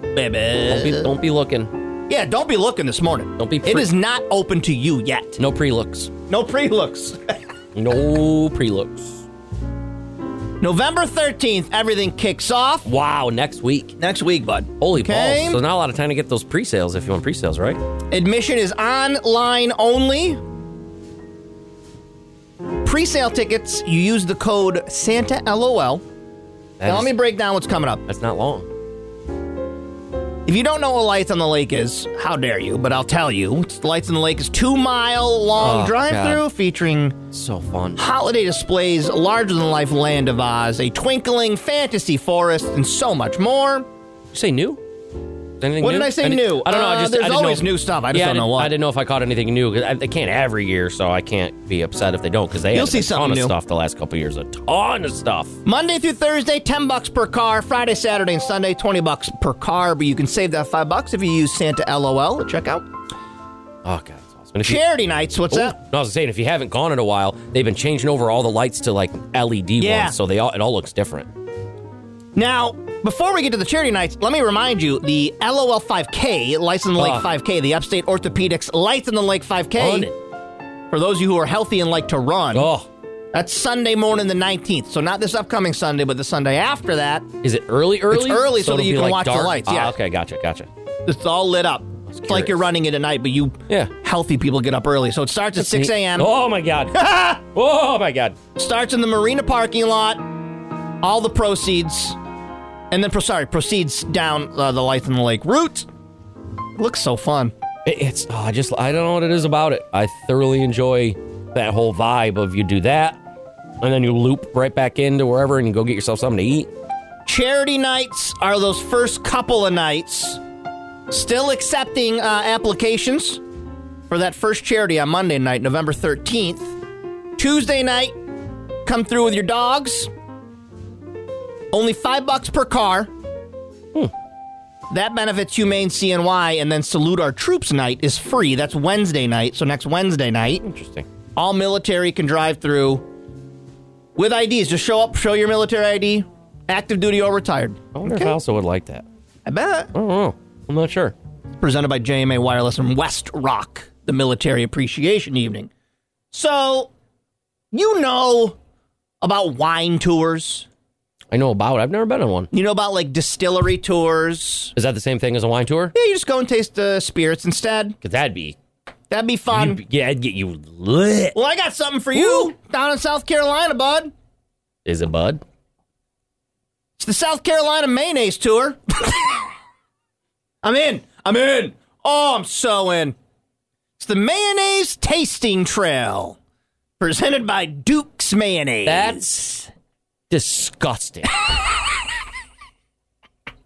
Don't be,
baby.
don't be looking.
Yeah, don't be looking this morning.
Don't be
it
pre-
is not open to you yet.
No pre looks.
No pre looks.
No pre looks.
November 13th, everything kicks off.
Wow, next week.
Next week, bud.
Holy
Okay.
balls! So not a lot of time to get those pre sales if you want pre sales, right?
Admission is online only. Pre sale tickets, you use the code Santa LOL. Now,
That
let
is-
me break down what's coming up.
That's not long.
If you don't know what Lights on the Lake is, how dare you? But I'll tell you. It's- Lights on the Lake is two mile long
Oh,
drive through featuring
So fun.
holiday displays, larger than life Land of Oz, a twinkling fantasy forest, and so much more.
You say new? Anything
What
new?
did I say
Any-
new?
I don't know. I
Uh,
just
there's
I didn't
always
know.
new stuff. I just
yeah,
don't know
didn't-
what.
I didn't know if I caught anything new. 'cause I, they can't every year, so I can't be upset if they don't because they
You'll
added
see
a
something
ton
new.
of stuff the last couple years. A ton of stuff.
Monday through Thursday, 10 bucks per car. Friday, Saturday, and Sunday, 20 bucks per car. But you can save that 5 bucks if you use Santa LOL at checkout.
Oh god, it's awesome. And if you-
Charity nights, what's
Ooh,
up?
no, I was saying if you haven't gone in a while, they've been changing over all the lights to like LED
Yeah.
ones, so they all it all looks different.
Now, before we get to the charity nights, let me remind you the LOL 5K, Lights in the Lake
Ah.
5K, the Upstate Orthopedics Lights in the Lake 5K.
Run it.
For those of you who are healthy and like to run,
Oh,
that's Sunday morning the 19th. So not this upcoming Sunday, but the Sunday after that.
is it early? Early?
early so that
it'll
you
be,
can
like,
watch the
dark?
lights,
Ah,
yeah.
okay, gotcha, gotcha.
It's all lit up. It's like
curious.
you're running it at night, but you
Yeah.
healthy people get up early. So it starts at 6 a.m.
Oh my god. oh my god.
starts in the marina parking lot. All the proceeds, and then pro- sorry, proceeds down uh, the lights in the lake route. Looks so fun.
It- It's oh, I just I don't know what it is about it. I thoroughly enjoy that whole vibe of you do that, and then you loop right back into wherever and you go get yourself something to eat.
Charity nights are those first couple of nights. Still accepting uh, applications for that first charity on Monday night, November 13th. Tuesday night, come through with your dogs. Only five bucks per car. That benefits Humane CNY, and then Salute Our Troops Night is free. That's Wednesday night, so next Wednesday night.
Interesting.
All military can drive through with IDs. Just show up, show your military ID, active duty or retired.
I wonder if I also would like that.
I bet.
I don't know. I'm not sure.
Presented by JMA Wireless and West Rock, the military appreciation evening. So, you know about wine tours.
I know about. it. I've never been on one.
You know about like distillery tours.
Is that the same thing as a wine tour?
Yeah, you just go and taste the spirits instead.
Because that'd be
That'd be fun.
you'd be- yeah, I'd get you lit.
Well, I got something for you down in South Carolina, bud.
Is it bud?
It's the South Carolina Mayonnaise Tour. I'm in. I'm in. Oh, I'm so in. It's the Mayonnaise Tasting Trail, presented by Duke's Mayonnaise.
That's disgusting.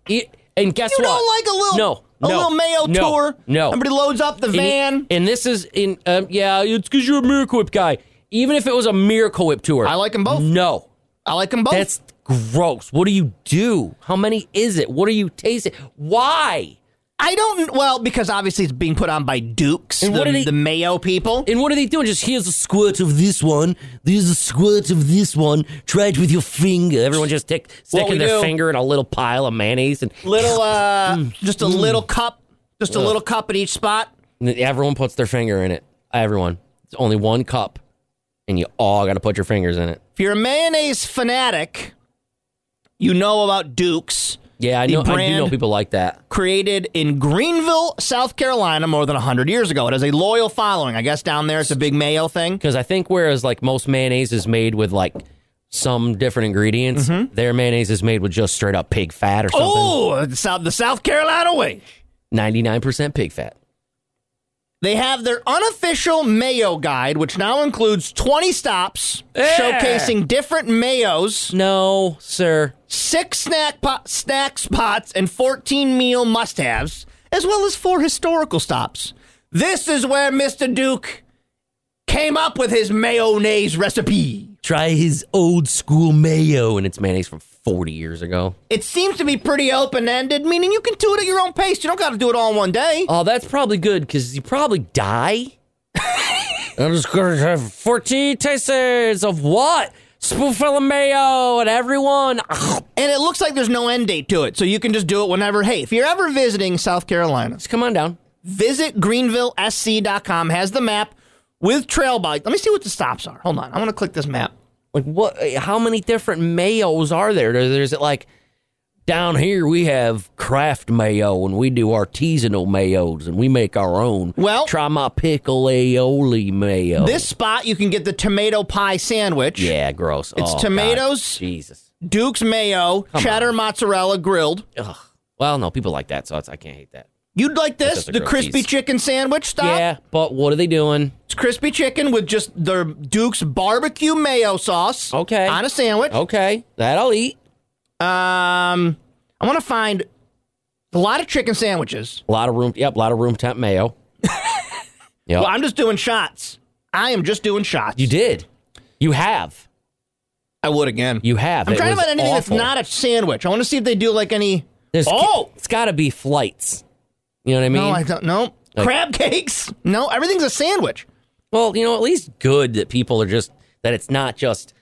E- and guess
you
what?
don't like a little
no,
a
no,
little mayo
no,
tour.
No,
everybody loads up the
And he-
van.
And, this is in, um, yeah, it's because you're a Miracle Whip guy. Even if it was a Miracle Whip tour,
I like 'em both.
No,
I like them both.
that's gross. What do you do? How many is it? What are you tasting? Why?
I don't. Well, because obviously it's being put on by Duke's,
And
the,
what did he-
the mayo people.
And what are they doing? Just here's a squirt of this one. There's a squirt of this one. Try it with your finger. Everyone just tick,
What
sticking
we
their
do-
finger in a little pile of mayonnaise, and
little, uh,
Mm.
just a little cup, just a little cup at each spot.
And then Everyone puts their finger in it. Everyone. It's only one cup, and you all got to put your fingers in it.
If you're a mayonnaise fanatic, you know about Duke's,
Yeah, I
The
know. I do know
brand-
people like that.
created in Greenville, South Carolina, more than 100 years ago. It has a loyal following. I guess down there it's a big mayo thing.
Because I think whereas like most mayonnaise is made with like some different ingredients, their mayonnaise is made with just straight up pig fat or something.
Mm-hmm. Oh, the South, the South Carolina way.
Ninety nine percent pig fat.
They have their unofficial mayo guide, which now includes 20 stops showcasing different mayos,
No, sir.
six snack, po- snack spots, and 14 meal must haves, as well as four historical stops. This is where Mr. Duke came up with his mayonnaise recipe.
Try his old school mayo, and it's mayonnaise from 40 years ago.
It seems to be pretty open ended, meaning you can do it at your own pace. You don't got to do it all in one day.
Oh, that's probably good because you probably die. I'm just going to have 14 tasters of what? Spoonful of mayo and everyone. Ugh,
And it looks like there's no end date to it, so you can just do it whenever. Hey, if you're ever visiting South Carolina,
Just come on down.
visit greenvillesc.com, has the map with trail bike. Let me see what the stops are. Hold on. I want to click this map.
Like what? How many different mayos are there? There- There's like down here we have craft mayo and we do artisanal mayos and we make our own.
Well-
try my pickle aioli mayo.
This spot, you can get the tomato pie sandwich,
Oh. yeah, gross.
It's
Oh, God.
tomatoes.
Jesus.
Duke's mayo, cheddar mozzarella grilled.
Ugh. Well, no, people like that, so it's, I can't hate that.
You'd like this?
just a
The
grilled
crispy
cheese.
chicken sandwich stop?
Yeah, but what are they doing?
It's crispy chicken with just their Duke's barbecue mayo sauce.
Okay. Oh.
On a sandwich.
Okay, that I'll eat.
Um, I want to find a lot of chicken sandwiches.
A lot of room. Yep, a lot of room temp mayo. yep.
Well, I'm just doing shots. I am just doing shots.
you did. You have.
I would again.
You have.
I'm
It
trying to
was
find anything
awful.
that's not a sandwich. I want to see if they do like any.
There's,
Oh!
it's got to be flights. You know what I mean?
no, I don't. No
Like-
crab cakes. No, everything's a sandwich.
well, you know, at least good that people are just that it's not just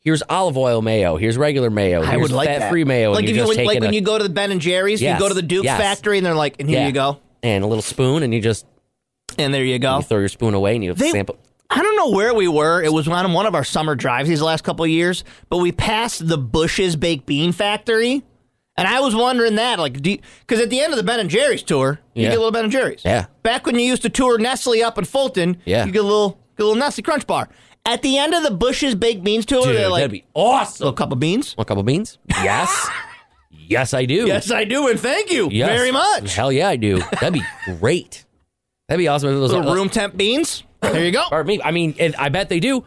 here's olive oil mayo, here's regular mayo,
I
here's
would like that.
fat free mayo,
Like
and
if
you're
you
just
went-
taking
like when
a,
you go to the Ben and Jerry's,
Yes,
you go to the Duke's
yes.
factory, and they're like, and here
Yeah.
you go,
and a little spoon, and you just
and there you
you
go.
throw your spoon away and you
They-
sample.
I don't know where we were. It was on one of our summer drives these last couple of years, but we passed the Bush's Baked Bean Factory, and I was wondering that, like, because at the end of the Ben and Jerry's tour, you
Yeah.
get a little Ben and Jerry's.
Yeah.
Back when you used to tour Nestle up in Fulton,
Yeah.
you get a little get a little Nestle Crunch Bar. At the end of the Bush's Baked Beans tour,
Dude,
they're like,
that'd be awesome.
a cup of beans.
Want a couple beans? Yes, yes, I do.
Yes, I do, and thank you
Yes.
very much.
Hell yeah, I do. That'd be great. That'd be awesome. If it was
Little room temp beans. There you go.
or me. I mean, and I bet they do.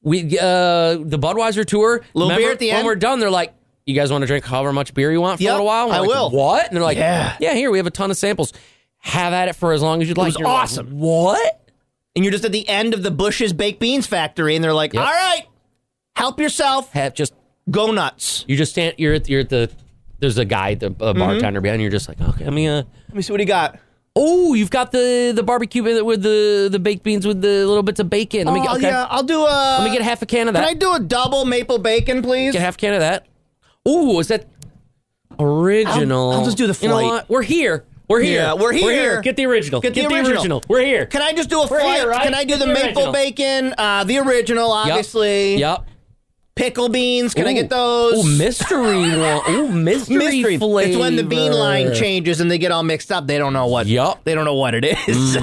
We uh the Budweiser tour.
Little
remember,
beer at the
when
end?
we're done, they're like, "You guys want to drink however much beer you want for a
Yep,
little while?" And
I
we're like,
will.
What? And they're like,
Yeah.
"Yeah, here we have a ton of samples. Have at it for as long as you'd like."
was
And you're like,
awesome.
what?
And you're just at the end of the Bush's Baked Beans Factory, and they're like,
Yep.
all right, help yourself,
Have just
go nuts.
you just stand. You're at you're at the there's a guy, the a bartender behind. you, You're just like, okay, I mean, uh,
Let me see what he got.
oh, you've got the the barbecue bit with the the baked beans with the little bits of bacon. Let me get,
oh,
okay.
yeah, I'll do a.
Let me get half a can of that.
Can I do a double maple bacon, please?
Get half can of that. Ooh, is that original?
I'll- I'll just do the
You know
flight.
what? We're here. We're here.
Yeah, we're here.
Get the original.
Get the original.
We're here.
Can I just do a
We're
flight?
here, right?
Can I do
Get
the,
the
maple
original.
bacon, uh, the original,
Yep.
obviously?
Yep.
Pickle beans, can I
Ooh.
get those?
Ooh, mystery one. Ooh, mystery,
Mystery.
flavor.
It's when the bean line changes and they get all mixed up. They don't know what.
Yup. Mm.
They don't know what it is.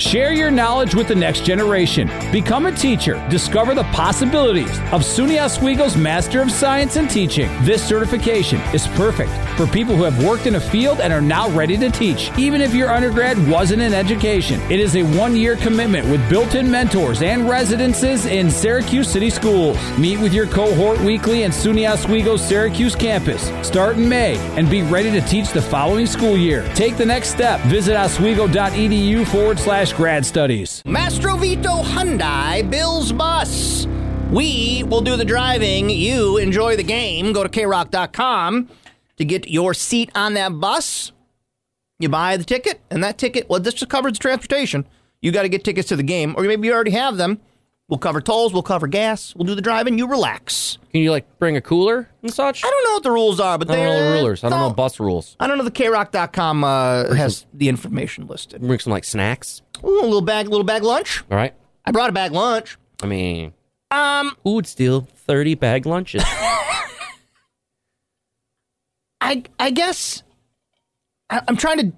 Share your knowledge with the next generation. Become a teacher. Discover the possibilities of SUNY Oswego's Master of Science in Teaching. This certification is perfect for people who have worked in a field and are now ready to teach, even if your undergrad wasn't in education. It is a one year commitment with built in mentors and residences in Syracuse City Schools. Meet with your cohort weekly in SUNY Oswego Syracuse campus. Start in May and be ready to teach the following school year. Take the next step. Visit oswego.edu forward slash grad studies.
Mastrovito Hyundai Bill's Bus. We will do the driving. You enjoy the game. Go to krock.com to get your seat on that bus. You buy the ticket, and that ticket, well, this just covers transportation. You got to get tickets to the game, or maybe you already have them. We'll cover tolls, we'll cover gas, we'll do the driving. You relax.
Can you like bring a cooler and such?
I don't know what the rules are, but
I don't
they're.
know the rulers. I don't know
they'll-
bus rules.
I don't know. The krock.com uh, has the information listed.
Bring some like snacks.
Ooh, a little bag, little bag lunch.
All right.
I brought a bag lunch.
I mean, um, who would steal thirty bag lunches?
I I guess I, I'm trying to.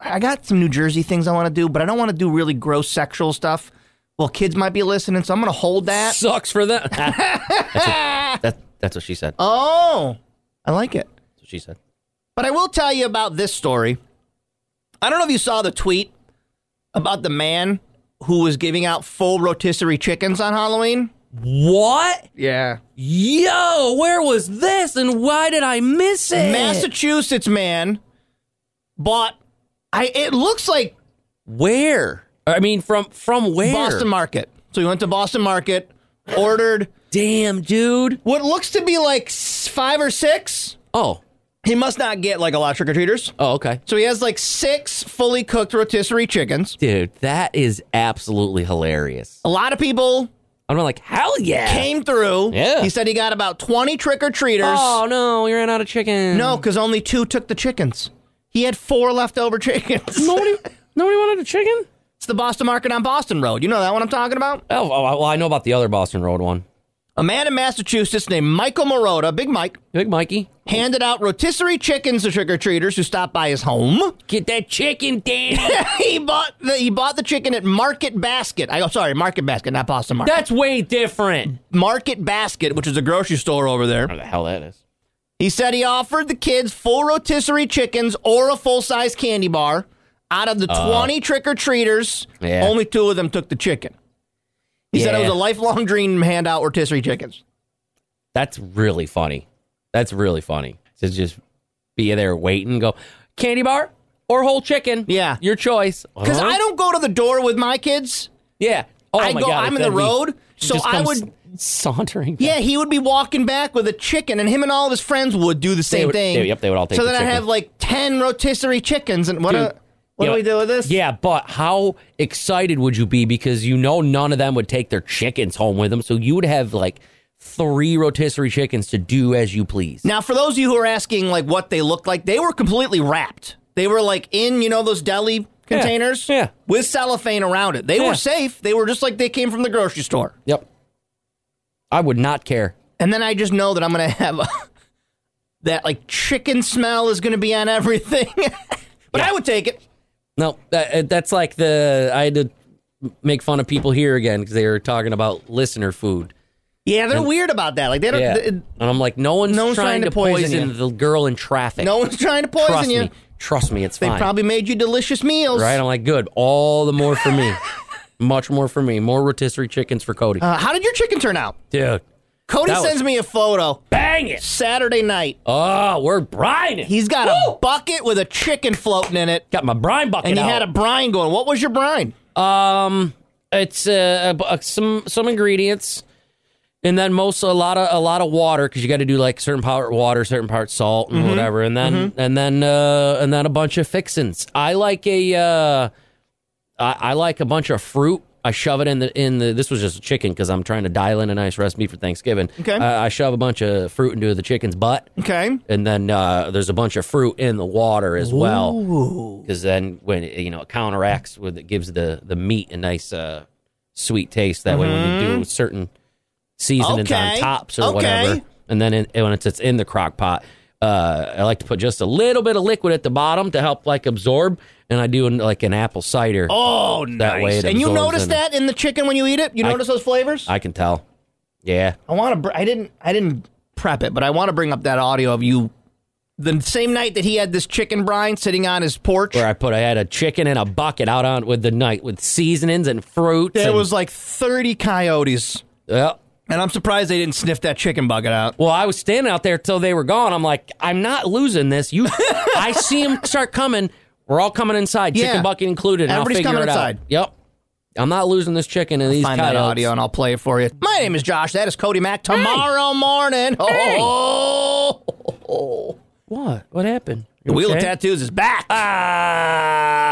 I got some New Jersey things I want to do, but I don't want to do really gross sexual stuff. Well, kids might be listening, so I'm going to hold that.
Sucks for them. that's, what, that, that's what she said. That's
Oh, I like it.
what she said.
But I will tell you about this story. I don't know if you saw the tweet about the man who was giving out full rotisserie chickens on Halloween.
What?
Yeah.
Yo, where was this and why did I miss it?
Massachusetts man bought I it looks like
where? I mean, from from where?
Boston Market. So he went to Boston Market, ordered.
Damn, dude.
What looks to be like s- five or six.
Oh.
He must not get like a lot of trick or treaters.
Oh, okay.
So he has like six fully cooked rotisserie chickens.
Dude, that is absolutely hilarious.
A lot of people
I'm like, hell yeah.
came through.
Yeah.
He said he got about 20 trick or treaters.
Oh no, you ran out of chicken.
No, because only two took the chickens. He had four leftover chickens.
nobody, nobody wanted a chicken.
it's the Boston Market on Boston Road. You know that one I'm talking about?
Oh, oh, well, I know about the other Boston Road one.
A man in Massachusetts named Michael Morota, Big Mike,
Big Mikey,
handed out rotisserie chickens to trick or treaters who stopped by his home.
get that chicken, Dan.
he bought the he bought the chicken at Market Basket. I go sorry, Market Basket, not Boston Market.
That's way different.
Market Basket, which is a grocery store over there.
What the hell that is?
He said he offered the kids full rotisserie chickens or a full size candy bar. Out of the 20 trick or treaters,
Uh-huh. Yeah.
only two of them took the chicken. He said it was a
Yeah.
lifelong dream to hand out rotisserie chickens.
That's really funny. That's really funny to just be there waiting. Go candy bar or whole chicken.
Yeah.
your choice.
Because
Huh?
I don't go to the door with my kids.
Yeah. Uh-huh. Oh
I
my
go,
god.
I'm in
that'd
the
be-
road.
you
So
just
I
come
would,
sa- sauntering.
yeah, he would be walking back with a chicken, and him and all of his friends would do the same
would-
thing.
they- yep, they would all take
So
the
then I
chicken.
have like 10 rotisserie chickens, and what,
Dude,
a, what do
you know-
we do with this?
Yeah, but how excited would you be because you know none of them would take their chickens home with them, so you would have like three rotisserie chickens to do as you please.
Now, for those of you who are asking, like, what they looked like, they were completely wrapped. They were like in, you know, those deli containers
yeah.
with cellophane around it. They
Yeah.
were safe. They were just like they came from the grocery store.
Yep. I would not care.
And then I just know that I'm going to have a, that like chicken smell is going to be on everything. but I would take it.
No, that, uh, that's like the I had to make fun of people here again because they were talking about listener food.
Yeah, they're weird about that. Like, they don't,
Yeah.
th-
and I'm like, no one's,
no one's
trying, to poison,
you.
the girl in traffic.
no one's trying to poison
Trust
you.
Me. Trust me, it's
They
fine.
probably made you delicious meals.
right? I'm like, good. All the more for me. Much more for me. More rotisserie chickens for Cody.
Uh, how did your chicken turn out?
Dude.
Cody
That was-
sends me a photo
Bang it.
Saturday night.
Oh, we're brining.
He's got
Woo!
a bucket with a chicken floating in it,
got my brine bucket.
and he
out.
had a brine going. What was your brine?
Um, it's uh, a bu- uh, some some ingredients, and then most a lot of a lot of water because you got to do like certain part water, certain part salt,
Mm-hmm.
and whatever, and then and then uh, and then a bunch of fixins. I like a uh, I, I like a bunch of fruit. I shove it in the in the. This was just chicken because I'm trying to dial in a nice recipe for Thanksgiving.
Okay.
Uh, I shove a bunch of fruit into the chicken's butt.
Okay.
and then uh, there's a bunch of fruit in the water as well because then when you know it counteracts with it gives the the meat a nice uh, sweet taste that way when you do certain seasonings on
Mm-hmm. Okay.
tops or
Okay.
whatever and then in, when it's, it's in the crock pot uh, I like to put just a little bit of liquid at the bottom to help like absorb and I do an, like an apple cider
Oh,
That way it
and you
absorbs
notice
in.
that in the chicken when you eat it. You
I-
notice those flavors. I,
I can tell yeah
want to. Br- I didn't. I didn't prep it, but I want to bring up that audio of you. The same night that he had this chicken brine sitting on his porch,
where I put I had a chicken in a bucket out on with the night with seasonings and fruits
there
and,
was like thirty coyotes,
well,
and I'm surprised they didn't sniff that chicken bucket out.
Well, I was standing out there till they were gone. I'm like, I'm not losing this. You, I see them start coming. We're all coming inside, chicken
Yeah.
bucket included. And
Everybody's
I'll figure
coming
it
inside.
out. Yep, I'm not losing this chicken and these
Find
coyotes.
that audio and I'll play it for you. My name is Josh. That is Cody Mack. Tomorrow morning. Oh,
What? What happened?
The Wheel of
Okay? Ah.
Tattoos is back.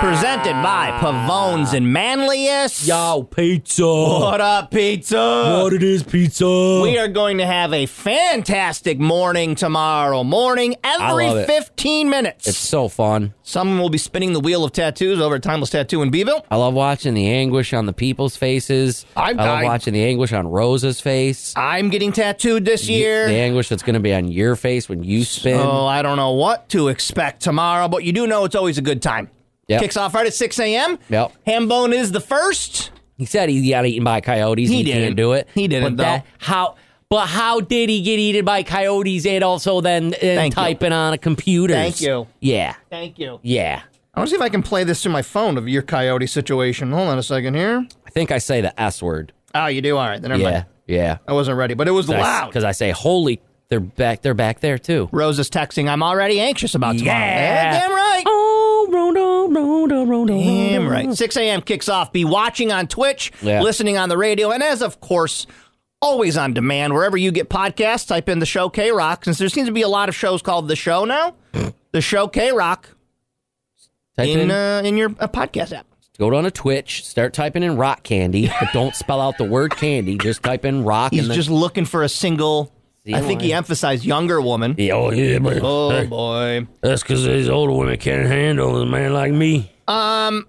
Presented by Pavones and Manlius.
Yo, pizza.
What up, pizza?
What it is, pizza?
We are going to have a fantastic morning tomorrow morning. Every
love it.
15 minutes,
it's so fun.
someone will be spinning the Wheel of Tattoos over at Timeless Tattoo in Beeville.
I love watching the anguish on the people's faces.
I-
love
I-
watching the anguish on Rosa's face.
I'm getting tattooed this year.
The anguish that's going to be on your face when you spin.
Oh, I don't know what to expect tomorrow, but you do know it's always a good time.
Yep.
Kicks off right at 6 a.m.
Yep.
Hambone is the first.
He said he got eaten by coyotes.
He
He,
didn't.
can't do it.
He didn't,
But that- how? But how did he get eaten by coyotes? And also then uh,
Thank you.
typing on a computer.
Thank you.
Yeah.
Thank you.
Yeah.
I want to see if I can play this through my phone of your coyote situation. Hold on a second here.
I think I say the S word.
Oh, you do? All right. Then never
Yeah.
mind.
Yeah.
I wasn't ready, but it was loud.
Because I say holy. They're back. They're back there too.
Rose is texting, I'm already anxious about tomorrow. Yeah, damn right.
Oh, Rondo, Rondo, Rondo.
Damn right. 6 a.m. kicks off. Be watching on Twitch,
Yeah.
listening on the radio, and as of course, always on demand. Wherever you get podcasts, type in the show K Rock. Since there seems to be a lot of shows called the show now, the show K Rock
Type
in
in-
uh, in your uh, podcast app.
Go down to Twitch, start typing in rock candy, but don't spell out the word candy. Just type in rock.
He's
and then,
just looking for a single. I think he emphasized younger woman.
oh, yeah, but-
oh boy.
That's because these older women can't handle a man like me.
Um,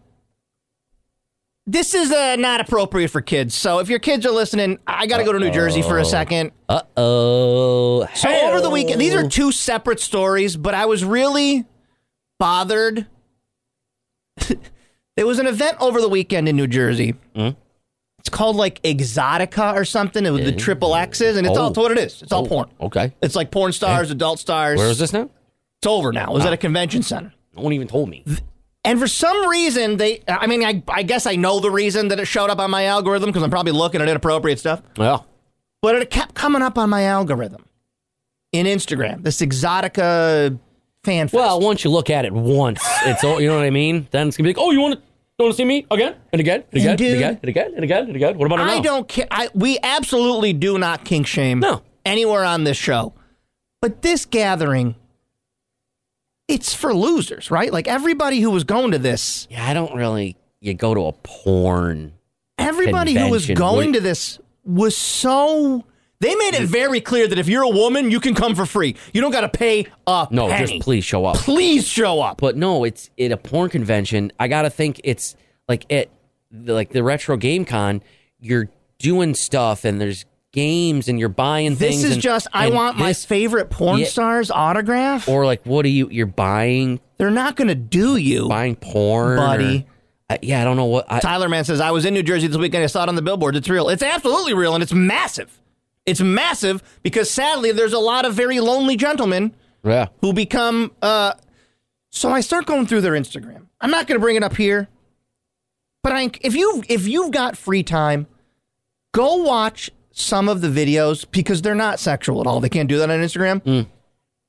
this is uh, not appropriate for kids. So if your kids are listening, I got to go to New Jersey for a second.
Uh oh.
So over the weekend, these are two separate stories, but I was really bothered. there was an event over the weekend in New Jersey.
Mm-hmm.
It's called like Exotica or something. It was the triple X's, and it's all
Oh.
it's what it is. It's all
Oh,
porn.
Okay.
It's like porn stars, adult stars.
Where is this Ah. now?
It's over now. It was at a convention center.
No one even told me.
And for some reason, they, I mean, I, I guess I know the reason that it showed up on my algorithm because I'm probably looking at inappropriate stuff,
Well,
but it kept coming up on my algorithm in Instagram, this Exotica fan fest.
well, once you look at it once, it's all, you know what I mean? Then it's going to be like, oh, you want to. Want to see me again and again and again and,
dude-
again and again and again and again? What about it
I
now?
don't care. I, we absolutely do not kink shame
No.
anywhere on this show. But this gathering, it's for losers, right? Like everybody who was going to this,
Yeah, I don't really. You go to a porn.
everybody who was
Convention.
going
What-
to this was so. They made it very clear that if you're a woman, you can come for free. You don't got to pay a
No,
penny.
just please show up.
Please show up.
But no, it's at a porn convention. I gotta think it's like at the, like the retro game con. You're doing stuff and there's games and you're buying things.
This is
and-
just. I
and
want my
this-
favorite porn
Yeah.
star's autograph.
Or like, what are you? You're buying
They're not going to do you.
buying porn,
Buddy.
or- I, yeah, I don't know what. I,
Tyler Man says, I was in New Jersey this weekend. I saw it on the billboards. It's real. It's absolutely real, and it's massive. It's massive because sadly, there's a lot of very lonely gentlemen
yeah,
who become. Uh, so I start going through their Instagram. I'm not going to bring it up here, but I, if you if you've got free time, go watch some of the videos because they're not sexual at all. They can't do that on Instagram.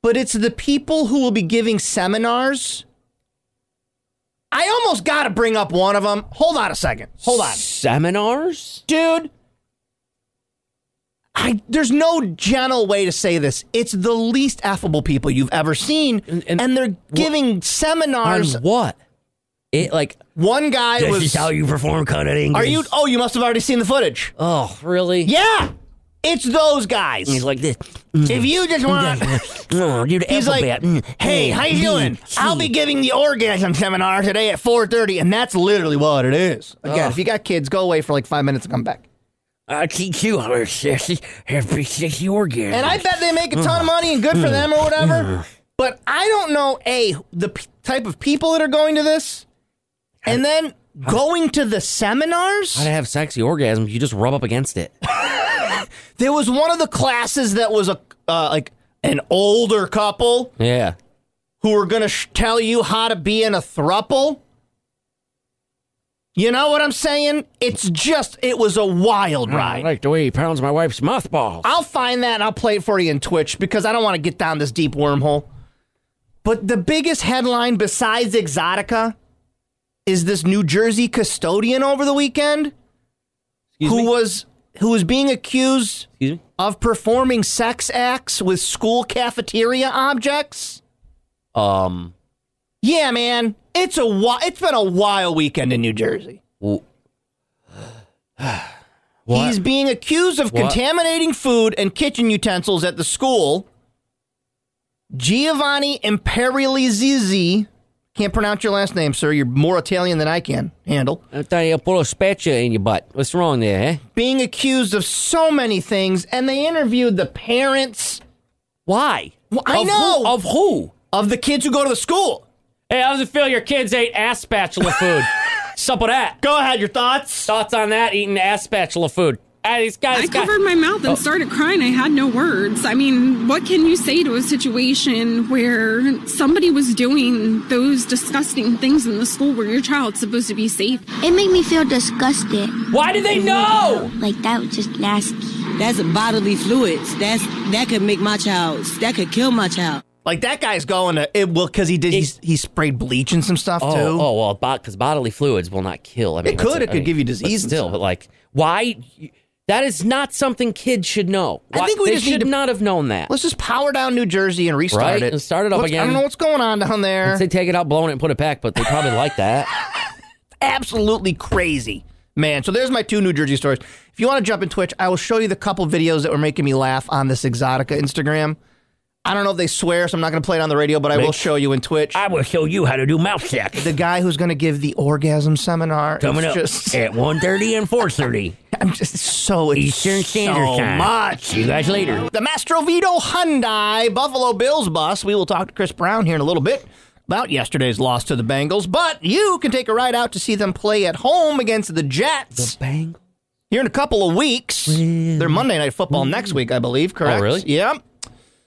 But it's the people who will be giving seminars. I almost got to bring up one of them. Hold on a second. Hold on
seminars.
dude. I there's no gentle way to say this. It's the least affable people you've ever seen, and,
And- and
they're giving
On
seminars.
what? It like
One guy was,
you perform cutting.
"Are you? Oh, you must have already seen the footage."
Oh, really?
Yeah, it's those guys.
He's like this. Mm-hmm.
if you just want,
Oh, dude,
he's like,
alphabet. Mm,
"Hey,
A,
how you
B,
doing? I'll be
C."
giving the orgasm seminar today at 4:30," and that's literally what it is. Again,
Ugh.
if you got kids, go away for like five minutes and come back.
I teach you how to sexy, every sexy orgasm.
and I bet they make a ton of money and good for them or whatever. But I don't know a the p- type of people that are going to this, and then going to the
how
seminars.
to have sexy orgasms. You just rub up against it.
There was one of the classes that was a uh, like an older couple
Yeah.
who were going to sh- tell you how to be in a thruple. You know what I'm saying? It's just it was a wild
I
ride.
like the way he pounds my wife's mothballs.
I'll find that and I'll play it for you in Twitch because I don't want to get down this deep wormhole. But the biggest headline besides Exotica is this New Jersey custodian over the weekend who was who was being accused
Excuse me?
of performing sex acts with school cafeteria objects.
Um,
Yeah, man, it's a wi- it's been a wild weekend in New Jersey.
w- what?
He's being accused of
What?
contaminating food and kitchen utensils at the school. Giovanni Imperializizi. Can't pronounce your last name, sir. You're more Italian than I can handle.
I tell Uh, you, put a spatula in your butt. What's wrong there, eh?
Being accused of so many things, and they interviewed the parents.
Why?
Well, I
of
know.
Who, of who?
Of the kids who go to the school.
Hey, how does it feel your kids ate ass spatula food? Sup with that.
Go ahead, your thoughts?
Thoughts on that, eating ass spatula food? Hey, these guys
I
got-
covered my mouth and started crying. I had no words. I mean, what can you say to a situation where somebody was doing those disgusting things in the school where your child's supposed to be safe?
It made me feel disgusted.
Why do they know?
Like that was just nasty.
That's bodily fluids. That's that could make my child. That could kill my child.
Like that guy's going to it. Well, because he did. He, he sprayed bleach and some stuff
Oh,
too.
oh well, because bodily fluids will not kill. I mean,
It could.
that's-
It
I
could
mean,
give you disease
But
and
still,
stuff.
but like, why? That is not something kids should know.
I think we
they
just
should
need to-
not have known that.
Let's just power down New Jersey and restart
right?
it.
And start it up
What's-
again.
I don't know what's going on down there.
Once they take it out, blowing it, and put it back, but they probably like that.
absolutely crazy, man. So there's my two New Jersey stories. If you want to jump in Twitch, I will show you the couple videos that were making me laugh on this Exotica Instagram. I don't know if they swear, so I'm not going to play it on the radio, but I
Make-
will show you in Twitch.
I will show you how to do mouth sex.
The guy who's going to give the orgasm seminar
Coming
is
up
just
at 1.30 and 4.30.
I'm just so it's
Eastern Standard
so
Time.
much.
See you guys later.
The Mastrovito Hyundai Buffalo Bills bus. We will talk to Chris Brown here in a little bit about yesterday's loss to the Bengals, but you can take a ride out to see them play at home against the Jets. The Bengals. Here in a couple of weeks. They're Monday Night Football next week, I believe, correct?
really?
Yep.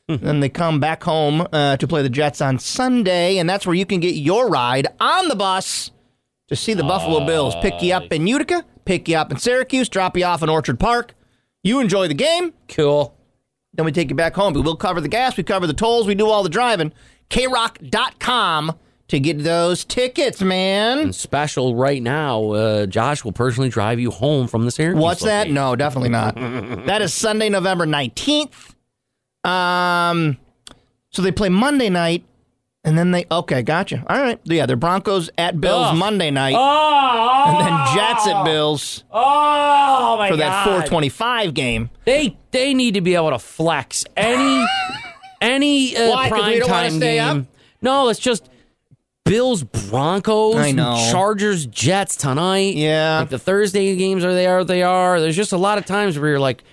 Then they come back home uh, to play the Jets on Sunday, and that's where you can get your ride on the bus to see the Buffalo Bills pick you up in Utica, pick you up in Syracuse, drop you off in Orchard Park. You enjoy the game.
Cool.
Then we take you back home. But we'll cover the gas, we cover the tolls, we do all the driving. KRock.com to get those tickets, man.
And special right now, uh, Josh will personally drive you home from the Syracuse.
What's that?
location.
No, definitely not. that is Sunday, November 19th. Um, so they play Monday night, and then they, okay, gotcha. All right. Yeah, they're Broncos at Bills
Ugh.
Monday night,
Oh,
and then Jets at Bills
oh my
for
God.
that 425 game.
They they need to be able to flex any any uh,
Why? 'Cause we
prime
don't wanna
time
stay up?
game. No, it's just Bills Broncos,
I know.
Chargers Jets tonight.
Yeah,
like the Thursday games are they are they are. There's just a lot of times where you're like,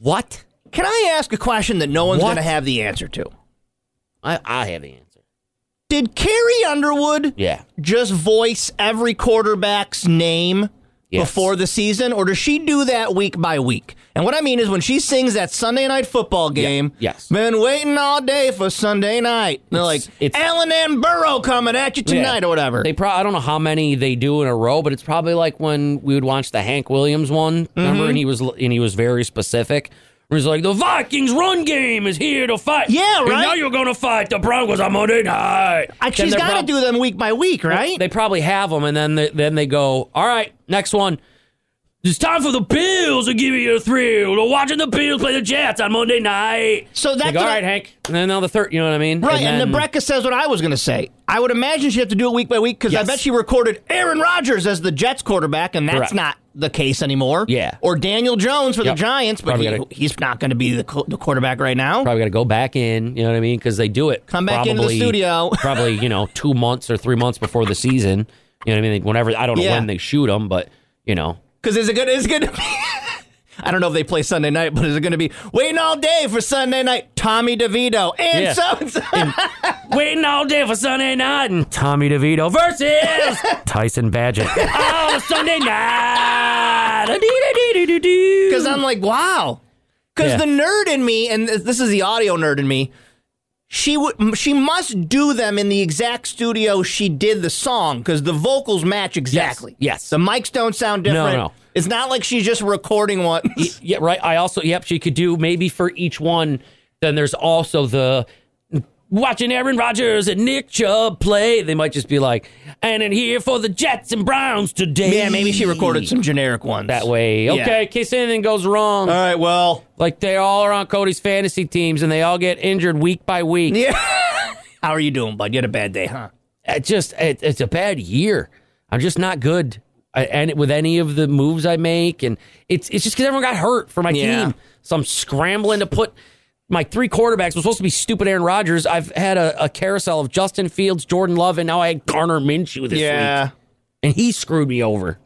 what?
Can I ask a question that no one's
What?
going to have the answer to?
I I have the answer.
Did Carrie Underwood
Yeah.
just voice every quarterback's name
Yes.
before the season, or does she do that week by week? And what I mean is when she sings that Sunday night football game,
yes.
been waiting all day for Sunday night. And they're like,
It's- it's-
Allen and Burrow coming at you tonight,
Yeah.
or whatever.
They probably I don't know how many they do in a row, but it's probably like when we would watch the Hank Williams one,
Mm-hmm.
remember? And he was and he was very specific. He was like, "The Vikings run game is here to fight."
Yeah,
And
right.
now you're gonna fight the Broncos on Monday night.
I,
Then
she's
they're
got to
prob-
do them week by week, right?
They probably have them, and then they, then they go, "All right, next one." It's time for the Bills to give you a thrill. We're watching the Bills play the Jets on Monday night.
So that's
like, all
what I-
right, Hank. And then now the third, you know what I mean?
Right, and,
then-
Nebraska says what I was going to say. I would imagine she'd have to do it week by week because I
Yes.
bet she recorded Aaron Rodgers as the Jets quarterback, and that's
Correct.
not the case anymore.
Yeah.
Or Daniel Jones for
Yep.
the Giants, but
Probably
he-
gotta-
he's not going to be the, co- the quarterback right now.
probably got to go back in. You know what I mean? Because they do it.
Come back into the
probably-
studio.
probably you know two months or three months before the season. You know what I mean? Whenever I don't know
Yeah.
when they shoot them, but you know.
Because is it going is it going to be. I don't know if they play Sunday night, but is it going to be waiting all day for Sunday night? Tommy DeVito
Yeah.
and so and so.
Waiting all day for Sunday night and Tommy DeVito versus Tyson Badgett. oh, Sunday night.
Because I'm like, wow. Because
Hmm. Yeah.
the nerd in me, and th- this is the audio nerd in me, she would m- she must do them in the exact studio she did the song because the vocals match exactly.
yes.
The mics don't sound
No, no,
different.
no.
It's not like she's just recording one.
Yeah, right. I also, yep, she could do maybe for each one. Then there's also the watching Aaron Rodgers and Nick Chubb play. They might just be like, and in here for the Jets and Browns today.
yeah, maybe she recorded some generic ones.
that way.
Yeah. Uh,
Okay, in case anything goes wrong.
All right, well,
like they all are on Cody's fantasy teams and they all get injured week by week.
yeah. How are you doing, bud? You had a bad day, huh?
It just it, it's a bad year. I'm just not good. I, and with any of the moves I make, and it's it's just because everyone got hurt for my
Yeah.
team, so I'm scrambling to put my three quarterbacks. Was supposed to be stupid Aaron Rodgers. I've had a, a carousel of Justin Fields, Jordan Love, and now I had Garner Minshew this
yeah.
week, and he screwed me over.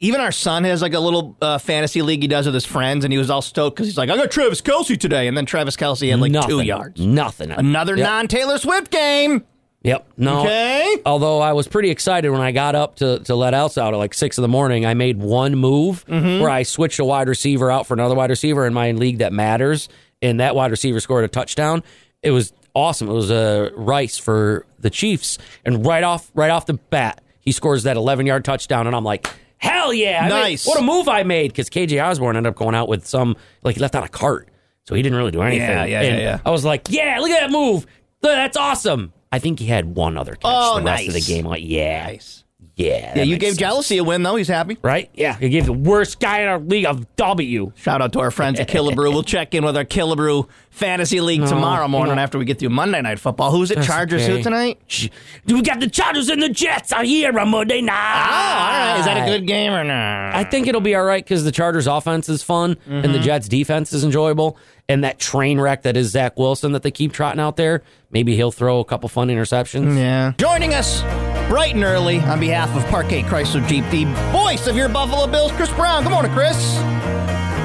Even our son has like a little uh, fantasy league he does with his friends, and he was all stoked because he's like, "I got Travis Kelsey today," and then Travis Kelsey had like two
Nothing.
yards.
Nothing.
Another
Yep.
non-Taylor Swift game.
Yep.
Oh.
No.
Okay.
Although I was pretty excited when I got up to, to let outs out at like six in the morning, I made one move
Mm-hmm.
where I switched a wide receiver out for another wide receiver in my league that matters, and that wide receiver scored a touchdown. It was awesome. It was uh, Rice for the Chiefs, and right off right off the bat, he scores that 11 yard touchdown, and I'm like. Hell yeah! I made-
Nice.
what a move I made because KJ Osborne ended up going out with some like he left on a cart, so he didn't really do anything.
Yeah, yeah,
And
yeah, yeah.
I was like, yeah, look at that move. Look, That's awesome. I think he had one other catch
Oh,
the rest of the
nice.
game. Like, yeah,
Nice. Yeah. Yeah, you gave Jealousy a win, though. He's happy.
Right? Yeah. He gave the worst guy in our league a W.
Shout out to our friends at Killebrew. we'll check in with our Killebrew Fantasy League
No,
tomorrow morning
no.
after we get through Monday Night Football. Who's it?
That's
Chargers
okay.
who tonight?
We got the Chargers and the Jets are here on Monday
Ah,
night.
Ah, Is that a good game or not?
I think it'll be all right because the Chargers' offense is fun and the
Mhm.
Jets' defense is enjoyable. And that train wreck that is Zach Wilson that they keep trotting out there, maybe he'll throw a couple fun interceptions.
Yeah. Joining us bright and early on behalf of Parquet Chrysler Jeep, the voice of your Buffalo Bills, Chris Brown. Good morning, Chris.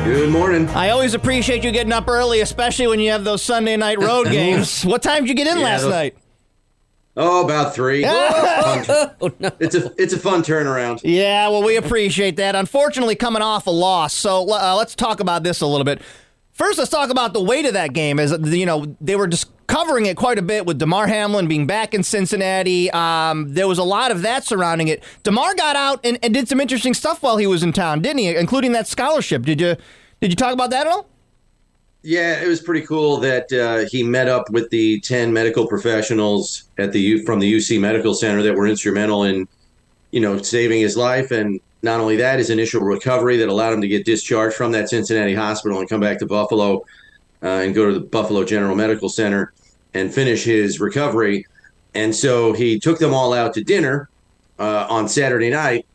Good morning.
I always appreciate you getting up early, especially when you have those Sunday night road games. What time did you get in
Yeah,
last
those-
night?
Oh, about three. Fun tur- It's a it's a fun turnaround.
Yeah, well, we appreciate that. Unfortunately, coming off a loss, so uh, let's talk about this a little bit. First, let's talk about the weight of that game. Is you know they were just covering it quite a bit with Demar Hamlin being back in Cincinnati. Um, there was a lot of that surrounding it. Demar got out and, and did some interesting stuff while he was in town, didn't he? Including that scholarship. Did you did you talk about that at all?
Yeah, it was pretty cool that uh, he met up with the ten medical professionals at the U- from the UC Medical Center that were instrumental in, you know, saving his life, and not only that, his initial recovery that allowed him to get discharged from that Cincinnati hospital and come back to Buffalo, uh, and go to the Buffalo General Medical Center and finish his recovery. And so he took them all out to dinner uh, on Saturday night,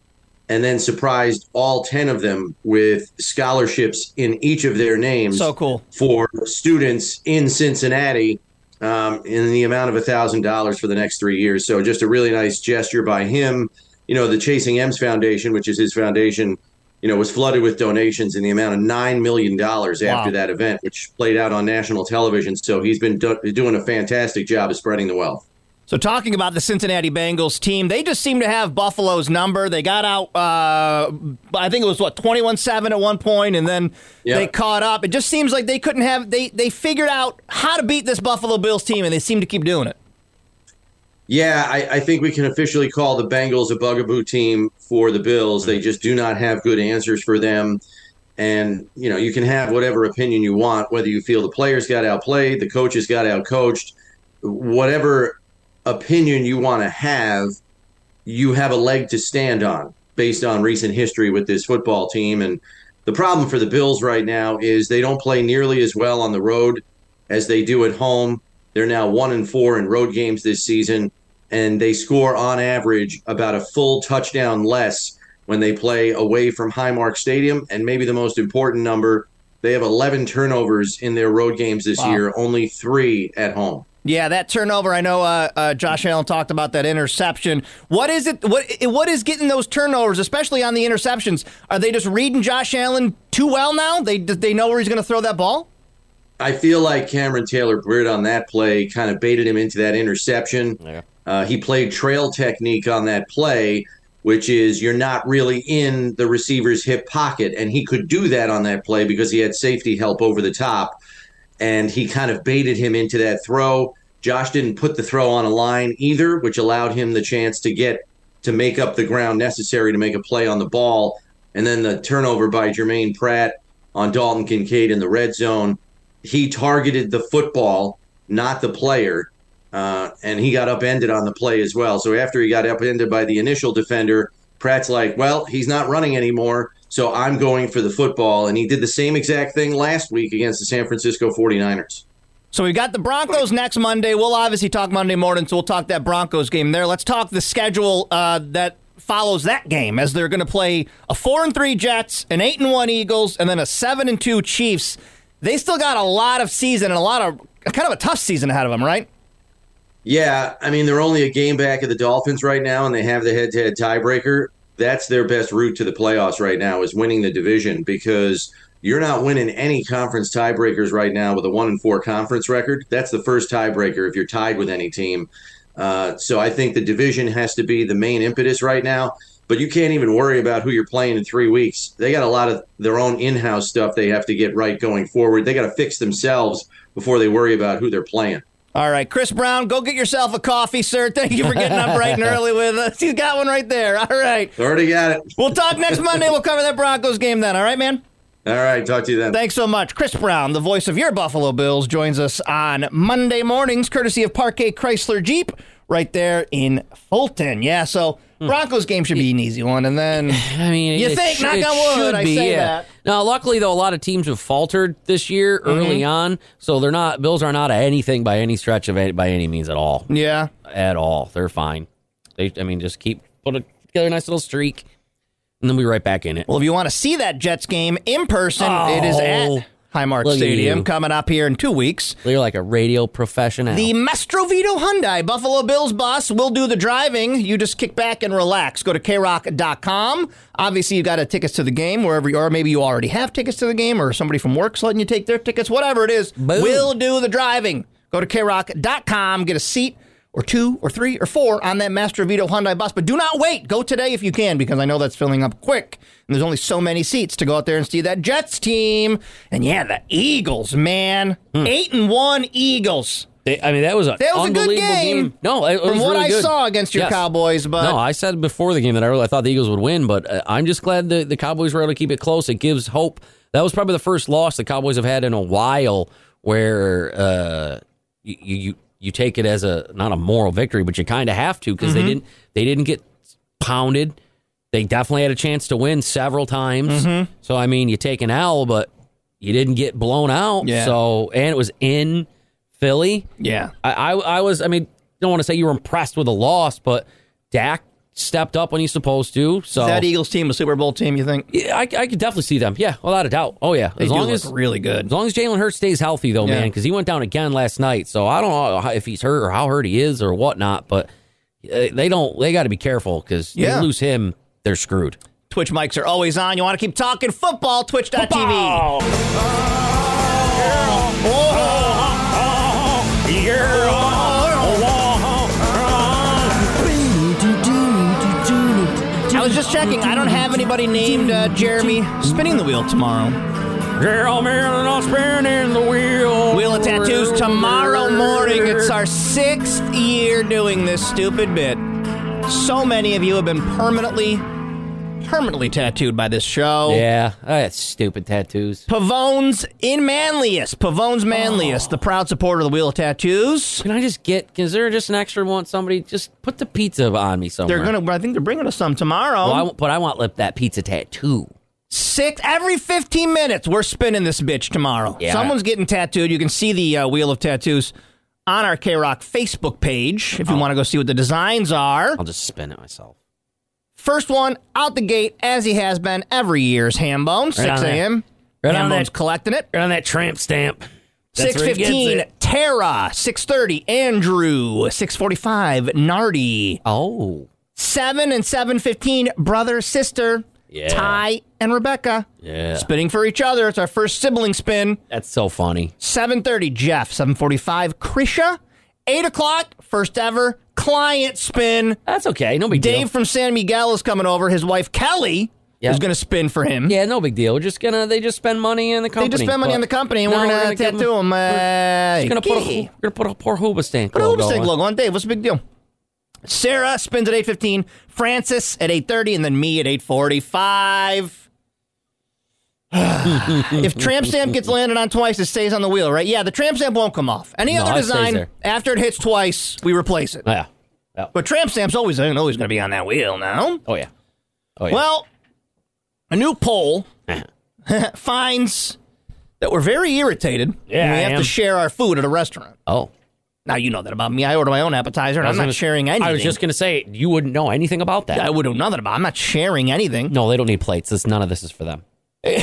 and then surprised all 10 of them with scholarships in each of their names.
So cool.
For students in Cincinnati um, in the amount of $1,000 for the next three years. So just a really nice gesture by him. You know, the Chasing M's Foundation, which is his foundation, you know, was flooded with donations in the amount of $9 million after
Wow.
that event, which played out on national television. So he's been do- doing a fantastic job of spreading the wealth.
So, talking about the Cincinnati Bengals team, they just seem to have Buffalo's number. They got out, uh, I think it was what twenty-one seven at one point, and then
Yeah.
they caught up. It just seems like they couldn't have they they figured out how to beat this Buffalo Bills team, and they seem to keep doing it.
Yeah, I, I think we can officially call the Bengals a bugaboo team for the Bills. They just do not have good answers for them. And, you know, you can have whatever opinion you want, whether you feel the players got outplayed, the coaches got outcoached, whatever opinion you want to have, you have a leg to stand on based on recent history with this football team. And the problem for the Bills right now is they don't play nearly as well on the road as they do at home. They're now one and four in road games this season, and they score on average about a full touchdown less when they play away from Highmark Stadium. And maybe the most important number, they have 11 turnovers in their road games this
Wow.
year, only three at home.
Yeah, that turnover. I know uh, uh, Josh Allen talked about that interception. What is it? What what is getting those turnovers, especially on the interceptions? Are they just reading Josh Allen too well now? They they know where he's going to throw that ball.
I feel like Cameron Taylor Britt on that play kind of baited him into that interception. Uh, he played trail technique on that play, which is you're not really in the receiver's hip pocket. And he could do that on that play because he had safety help over the top. And he kind of baited him into that throw. Josh didn't put the throw on a line either, which allowed him the chance to get to make up the ground necessary to make a play on the ball. And then the turnover by Jermaine Pratt on Dalton Kincaid in the red zone he targeted the football, not the player, uh, and he got upended on the play as well. So after he got upended by the initial defender, Pratt's like, "Well, he's not running anymore, so I'm going for the football." And he did the same exact thing last week against the San Francisco 49ers.
So we've got the Broncos next Monday. We'll obviously talk Monday morning, so we'll talk that Broncos game there. Let's talk the schedule uh, that follows that game as they're going to play a four and three Jets, an eight and one Eagles, and then a seven and two Chiefs. They still got a lot of season and a lot of kind of a tough season ahead of them, right?
Yeah, I mean they're only a game back of the Dolphins right now, and they have the head-to-head tiebreaker. That's their best route to the playoffs right now is winning the division because you're not winning any conference tiebreakers right now with a one and four conference record. That's the first tiebreaker if you're tied with any team. Uh, so I think the division has to be the main impetus right now. But you can't even worry about who you're playing in three weeks. They got a lot of their own in-house stuff they have to get right going forward. They got to fix themselves before they worry about who they're playing.
All right, Chris Brown, go get yourself a coffee, sir. Thank you for getting up bright and early with us. He's got one right there. All right.
Already got it.
We'll talk next Monday. We'll cover that Broncos game then. All right, man?
All right, talk to you then.
Thanks so much. Chris Brown, the voice of your Buffalo Bills, joins us on Monday mornings, courtesy of Parquet Chrysler Jeep, right there in Fulton. Yeah, so
Hmm.
Broncos game should be an easy one, and then I
mean,
you
it
think
sh-
knock
it
on wood,
should
I
be,
say
yeah.
that.
Now, luckily though, a lot of teams have faltered this year early
Mhm.
on, so they're not. Bills are not anything by any stretch of any, by any means at all.
Yeah,
at all. They're fine. They, I mean, just keep put a, together a nice little streak, and then we right back in it.
Well, if you want to see that Jets game in person, it is
Oh,
at Highmark
look at
Stadium
you.
coming up here in two weeks.
You're like a radio professional.
The Mastrovito Hyundai Buffalo Bills boss will do the driving. You just kick back and relax. Go to krock.com. Obviously, you got a tickets to the game wherever you are. Maybe you already have tickets to the game, or somebody from work's letting you take their tickets. Whatever it is, we'll do the driving. Go to krock.com, get a seat or two or three or four on that Mastrovito Hyundai bus. But do not wait. Go today if you can, because I know that's filling up quick. And there's only so many seats to go out there and see that Jets team. And yeah, the Eagles, man. Eight and one Eagles.
They, I mean, that was a
That was a good
unbelievable
game.
No, it, it
From
was
what
really
I
good.
saw against your Cowboys, but-
no, I said before the game that I really thought the Eagles would win, but uh, I'm just glad the, the Cowboys were able to keep it close. It gives hope. That was probably the first loss the Cowboys have had in a while where uh, you, you you take it as a not a moral victory, but you kind of have to because
Mhm.
they didn't they didn't get pounded. They definitely had a chance to win several times.
Mhm.
So I mean, you take an L, but you didn't get blown out.
Yeah.
So and it was in Philly.
Yeah.
I, I I was I mean, don't want to say you were impressed with the loss, but Dak stepped up when he's supposed to. So
Is that e- Eagles team a Super Bowl team, you think?
Yeah, I, I could definitely see them. Yeah, without a doubt. Oh yeah,
They do look really good.
As long as Jalen Hurts stays healthy, though,
Yeah.
man, because he went down again last night. So I don't know how- if he's hurt or how hurt he is or whatnot, but uh, they don't. They got to be careful because
Yeah.
they lose him, they're screwed.
Twitch mics are always on. You want to keep talking football? Twitch.tv. I was just checking. I don't have anybody named uh, Jeremy spinning the wheel tomorrow.
Jeremy not spinning the wheel.
Wheel of Tattoos tomorrow morning. It's our sixth year doing this stupid bit. So many of you have been permanently, permanently tattooed by this show.
Yeah, I got stupid tattoos.
Pavones in Manlius. Pavones Manlius, the proud supporter of the Wheel of Tattoos.
Can I just get? Is there just an extra one? Somebody just put the pizza on me somewhere.
They're gonna. I think they're bringing us some tomorrow.
Well, I, want- but I want lip that pizza tattoo.
Six every fifteen minutes, we're spinning this bitch tomorrow.
Yeah.
Someone's getting tattooed. You can see the uh, Wheel of Tattoos on our K Rock Facebook page
Oh.
if you want to go see what the designs are.
I'll just spin it myself.
First one out the gate, as he has been every year, is Hambone,
Right on
six
that.
a.m.
Right on
Hambone's
that-
collecting it.
Right on that tramp stamp.
Six fifteen, Tara. Six thirty, Andrew. Six forty-five, Nardi.
Oh,
seven and seven fifteen, brother sister,
Yeah.
Ty and Rebecca.
Yeah.
spinning for each other. It's our first sibling spin.
That's so funny.
Seven thirty, Jeff. Seven forty-five, Krisha. Eight o'clock, first ever client spin.
That's okay. No big
Dave
deal.
Dave from San Miguel is coming over. His wife Kelly
Yeah.
is going to spin for him.
Yeah, no big deal. We're just gonna they just spend money in the company.
They just spend money
but-
on the company, and
No,
we're going to
give 'em-
tattoo him. Uh,
Just gonna put a,
kitty.
we're gonna put a poor Hoobastank
Put a
logo.
Hoops Tank
on.
logo on Dave. What's the big deal? Sarah spins at 8.15, Francis at 8.30, and then me at 8.45. if tramp stamp gets landed on twice, it stays on the wheel, right? Yeah, the tramp stamp won't come off. Any
No,
other
it stays
design,
there.
after it hits twice, we replace it.
Oh, Yeah.
But tramp stamp's always always going to be on that wheel now.
Oh yeah. Oh yeah.
Well, a new poll finds that we're very irritated
Yeah,
when we
I
have
am.
to share our food at a restaurant.
Oh.
Now you know that about me. I order my own appetizer, and
I
I'm
was
not
gonna-
sharing anything.
I was just gonna say you wouldn't know anything about that.
I would know nothing about. it. I'm not sharing anything.
No, they don't need plates. This none of this is for them. to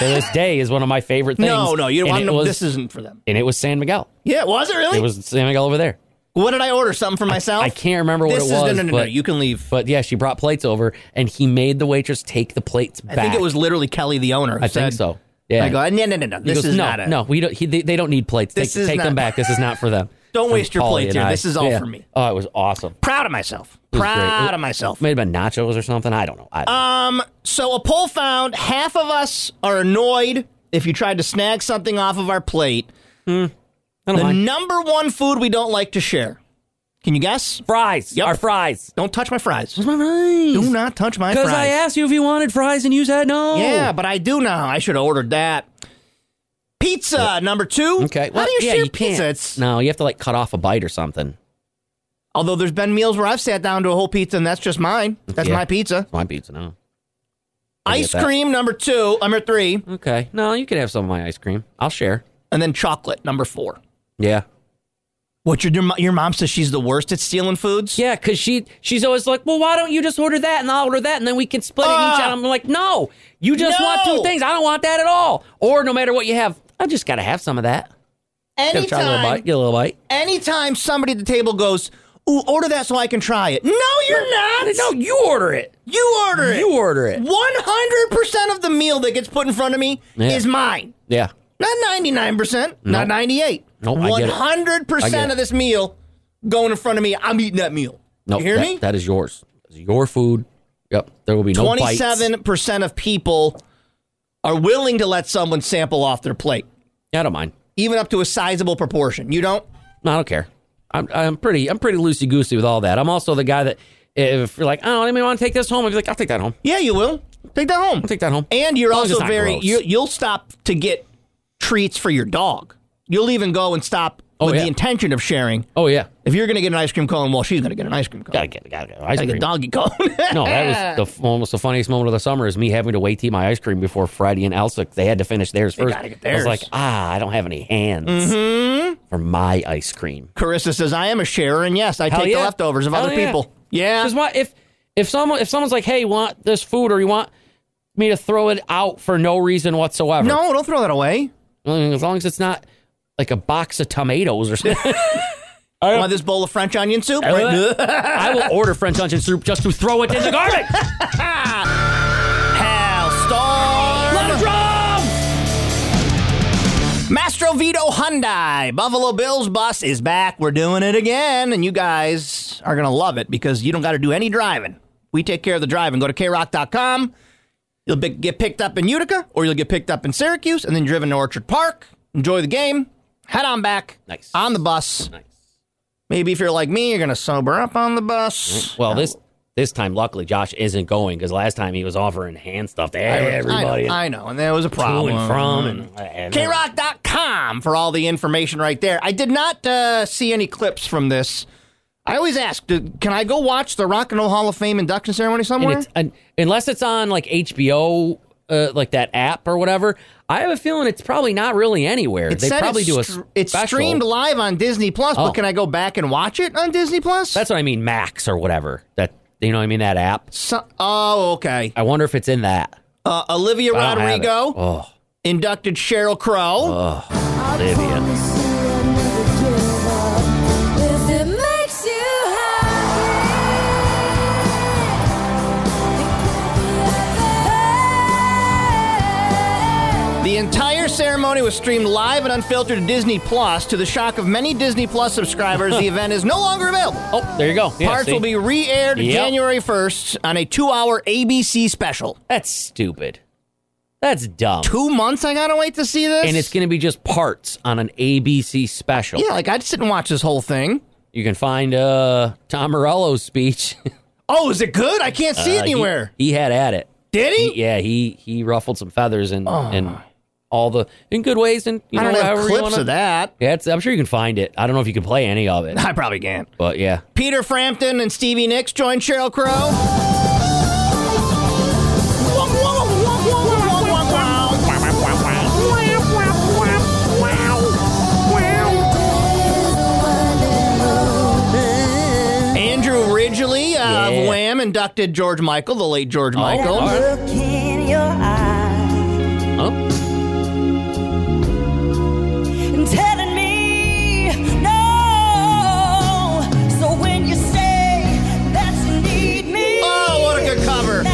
this day is one of my favorite things.
No, no, you
and
don't.
it
know
was-
this isn't for them.
And it was San Miguel.
Yeah, was it really?
It was San Miguel over there.
what did I order? Something for myself?
I can't remember what
This
it
is- no,
was.
no, no, no,
but,
you can leave.
But yeah, she brought plates over, and he made the waitress take the plates
I
back.
think it was literally Kelly, the owner. who
I
said-
think so. Yeah.
I go. No, no, no, no.
He
This
goes,
is
no,
not. A,
no. We don't. He, they, they don't need plates.
This
take
is
take
not-
them back. This is not for them.
Don't
From
waste your
Polly
plate
and
here.
I.
This is all
Yeah.
for me.
Oh, it was awesome.
Proud of myself.
It was great.
Proud
It-
of myself.
May have been nachos or something. I don't know. I don't
Um. So a poll found half of us are annoyed if you tried to snag something off of our plate. the number one food we don't like to share. Can you guess?
Fries.
Yep. Our
fries.
Don't touch my fries.
my fries?
Do not touch my fries.
Because I asked you if you wanted fries, and you said no.
Yeah, but I do now. I should have ordered that. Pizza number two.
Okay.
How
Well,
do you
yeah,
share
you
pizza?
Can't.
It's
No, you have to like cut off a bite or something.
Although there's been meals where I've sat down to a whole pizza and that's just mine. That's
Yeah.
my pizza.
My pizza, no. I get
Ice
that.
cream number two, number three,
Okay. No, you can have some of my ice cream. I'll share.
and then chocolate number four.
Yeah.
What your mo- your mom says she's the worst at stealing foods?
Yeah, because she she's always like, well, why don't you just order that and I'll order that and then we can split it
Ah.
each out. I'm like, no, you just want two things. I don't want that at all. Or no matter what you have, I just got to have some of that. Gotta Try a little
Anytime,
bite, get a little bite.
anytime somebody at the table goes, "Ooh, order that so I can try it." No, you're not.
No, you order it.
You order it.
You order it.
One hundred percent of the meal that gets put in front of me
Yeah.
is mine.
Yeah.
Not ninety nine percent. Not
Nope.
ninety eight.
Nope, I
One
get it.
hundred
I get
percent
it.
of this meal going in front of me. I'm eating that meal.
No,
you hear
that-
me?
That is yours. It's your food. Yep. There will be no bites.
Twenty-seven percent of people are willing to let someone sample off their plate,
Yeah, I don't mind.
even up to a sizable proportion. You don't?
No, I don't care. I'm, I'm pretty I'm pretty loosey goosey with all that. I'm also the guy that if you're like, oh, I want to take this home, I'd be like, I'll take that home.
Yeah, you will. Take that home.
take that home.
And you're
As long as it's
also
not
very
gross.
you, you'll stop to get treats for your dog. You'll even go and stop with
Oh, yeah.
the intention of sharing.
Oh yeah.
If you're going to get an ice cream cone, well, she's going to get an ice cream cone.
Gotta get gotta get ice
like
cream.
a doggy cone.
no, that was the almost the funniest moment of the summer is me having to wait to eat my ice cream before Friday and Elsa. They had to finish theirs
They
first.
gotta get
I was
theirs.
like, ah, I don't have any hands
Mhm.
for my ice cream.
Carissa says, "I am a sharer, and yes, I
Hell
take the
yeah.
leftovers of
Hell
other
yeah.
people." Yeah.
Because what if if someone if someone's like, hey, want this food or you want me to throw it out for no reason whatsoever?
No, don't throw that away.
as long as it's not like a box of tomatoes or something.
Want this bowl of French onion soup?
I will order French onion soup just to throw it in the garbage.
Hailstorm!
Let it
Mastro Vito Hyundai Buffalo Bills bus is back. We're doing it again, and you guys are gonna love it because you don't got to do any driving. We take care of the driving. Go to krock.com. You'll be- get picked up in Utica, or you'll get picked up in Syracuse, and then driven to Orchard Park. Enjoy the game. Head on back.
Nice.
on the bus.
Nice.
Maybe if you're like me, you're gonna sober up on the bus.
Well, this this time, luckily, Josh isn't going because last time he was offering hand stuff to
I know,
everybody.
I know, Mm-hmm. I know, and there was a
To
problem.
and from and- uh, and-
KRock.com for all the information right there. I did not uh, see any clips from this. I always ask, do- can I go watch the Rock and Roll Hall of Fame induction ceremony
and
somewhere?
it's, and unless it's on like HBO, uh, like that app or whatever, I have a feeling it's probably not really anywhere.
It
they
said
probably
it's
do a
str- it's
special.
streamed live on Disney Plus,
Oh.
but can I go back and watch it on Disney Plus?
That's what I mean, Max or whatever. That you know, what I mean that app.
So- oh, okay.
I wonder if it's in that.
Uh, Olivia
I don't have it.
Rodrigo
Oh,
inducted Cheryl Crow.
oh, Olivia.
The entire ceremony was streamed live and unfiltered to Disney Plus. To the shock of many Disney Plus subscribers, the event is no longer available.
Oh, there you go. Yeah,
Parts
see?
will be re aired
Yep.
January 1st on a two hour ABC special.
That's stupid. That's dumb.
Two months I gotta wait to see this?
And it's going to be just parts on an ABC special.
Yeah, like I'd sit and watch this whole thing.
You can find uh, Tom Morello's speech.
Oh, is it good? I can't see it
Uh, he-
anywhere.
He, had at it.
Did he?
Yeah, he he ruffled some feathers and and all the in good ways and you
Oh. I
know
don't have
however you
clips
wanna-
of that.
Yeah, it's, I'm sure you can find it. I don't know if you can play any of it,
I probably can't.
but yeah.
Peter Frampton and Stevie Nicks joined Cheryl Crow. Andrew Ridgely uh,
Yeah.
of Wham inducted George Michael, the late George Michael.
all right. Oh,
Oh, what a good cover.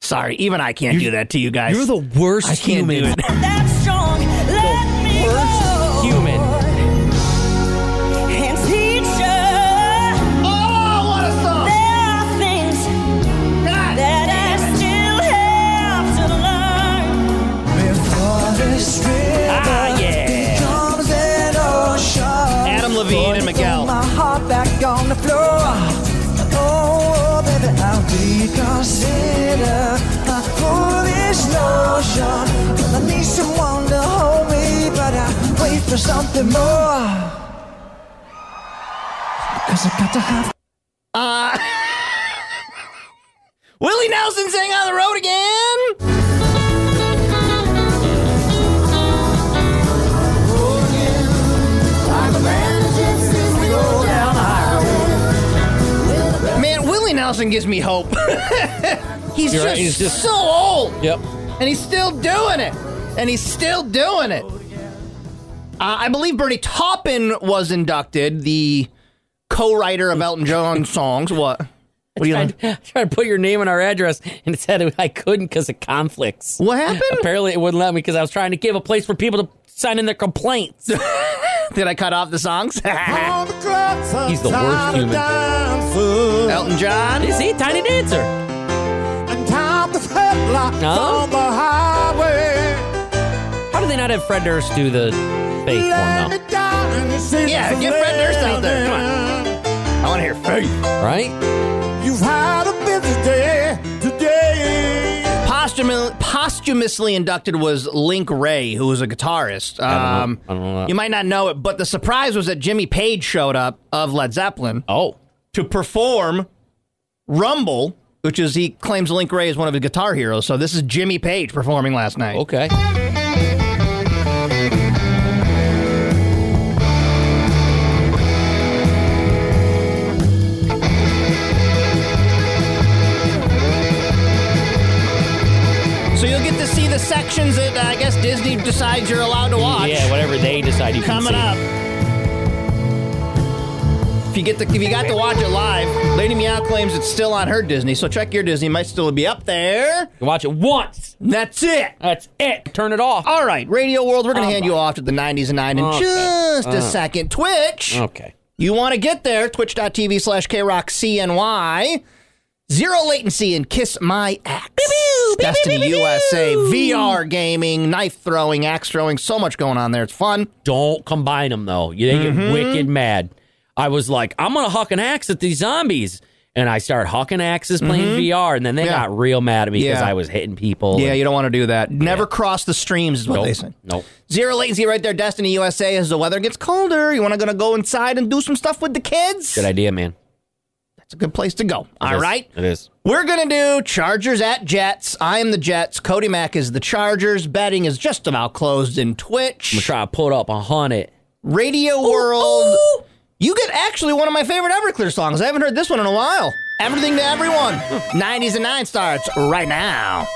Sorry, even I can't do that to you guys.
you're the worst
I can't
human.
do it.
Worst human.
Oh, what a song!
Ah, yeah.
Adam Levine and Miguel.
My heart back on the floor. Go Oh, for something more. Because I got to have.
Uh, Willie Nelson sang on the road again. Man, Willie Nelson gives me hope. he's,
You're
just
right, he's just-
so old,
Yep.
and he's still doing it, and he's still doing it. Uh, I believe Bernie Taupin was inducted, the co-writer of Elton John songs. What? What are you?
tried, tried to put your name and our address, and it said I couldn't because of conflicts.
What happened?
Apparently, it wouldn't let me because I was trying to give a place for people to sign in their complaints.
Did I cut off the songs?
He's the worst human.
Elton John.
Is he Tiny Dancer? No. How do they not have Fred Durst do the faith one though?
Yeah, get Fred Durst out there. Come on. I want to hear faith.
Right?
You've had a busy day today.
Posthum- posthumously inducted was Link Ray, who was a guitarist.
I
Um,
don't know. I don't know that.
you might not know it, but the surprise was that Jimmy Page showed up of Led Zeppelin.
Oh,
to perform Rumble, which is he claims Link Ray is one of his guitar heroes. So this is Jimmy Page performing last night.
Okay.
So you'll get to see the sections that uh, I guess Disney decides you're allowed to watch.
Yeah, whatever they decide you can
Coming
see.
up. If you get to, if you got to watch it live, Lady Meow claims it's still on her Disney, so check your Disney. It might still be up there.
watch it once.
That's it.
That's it. Turn it off.
All right, Radio World, we're gonna hand you off to the 90s and 9 in
Okay. Uh.
just
All
a
right.
second. Twitch.
Okay.
You want to get there, twitch.tv slash KRockCNY. Zero latency and kiss my axe. Destiny USA, VR gaming, knife throwing, axe throwing, so much going on there. It's fun.
Don't combine them though. You they get
Mm-hmm.
wicked mad. I was like, I'm gonna huck an axe at these zombies, and I started hucking axes playing
Mhm.
VR, and then they
Yeah.
got real mad at me because
Yeah.
I was hitting people.
Yeah,
and-
you don't want to do that. Never cross the streams is what
nope,
they say.
Nope.
Zero latency right there, Destiny USA. As the weather gets colder, you want to gonna go inside and do some stuff with the kids?
Good idea, man.
That's a good place to go. All
It
right.
is. It is.
We're going to do Chargers at Jets. I am the Jets. Cody Mack is the Chargers. Betting is just about closed in Twitch.
I'm gonna try to put up a hundred.
Radio World. You get actually one of my favorite Everclear songs. I haven't heard this one in a while. Everything to Everyone. 90s and 9 starts right now.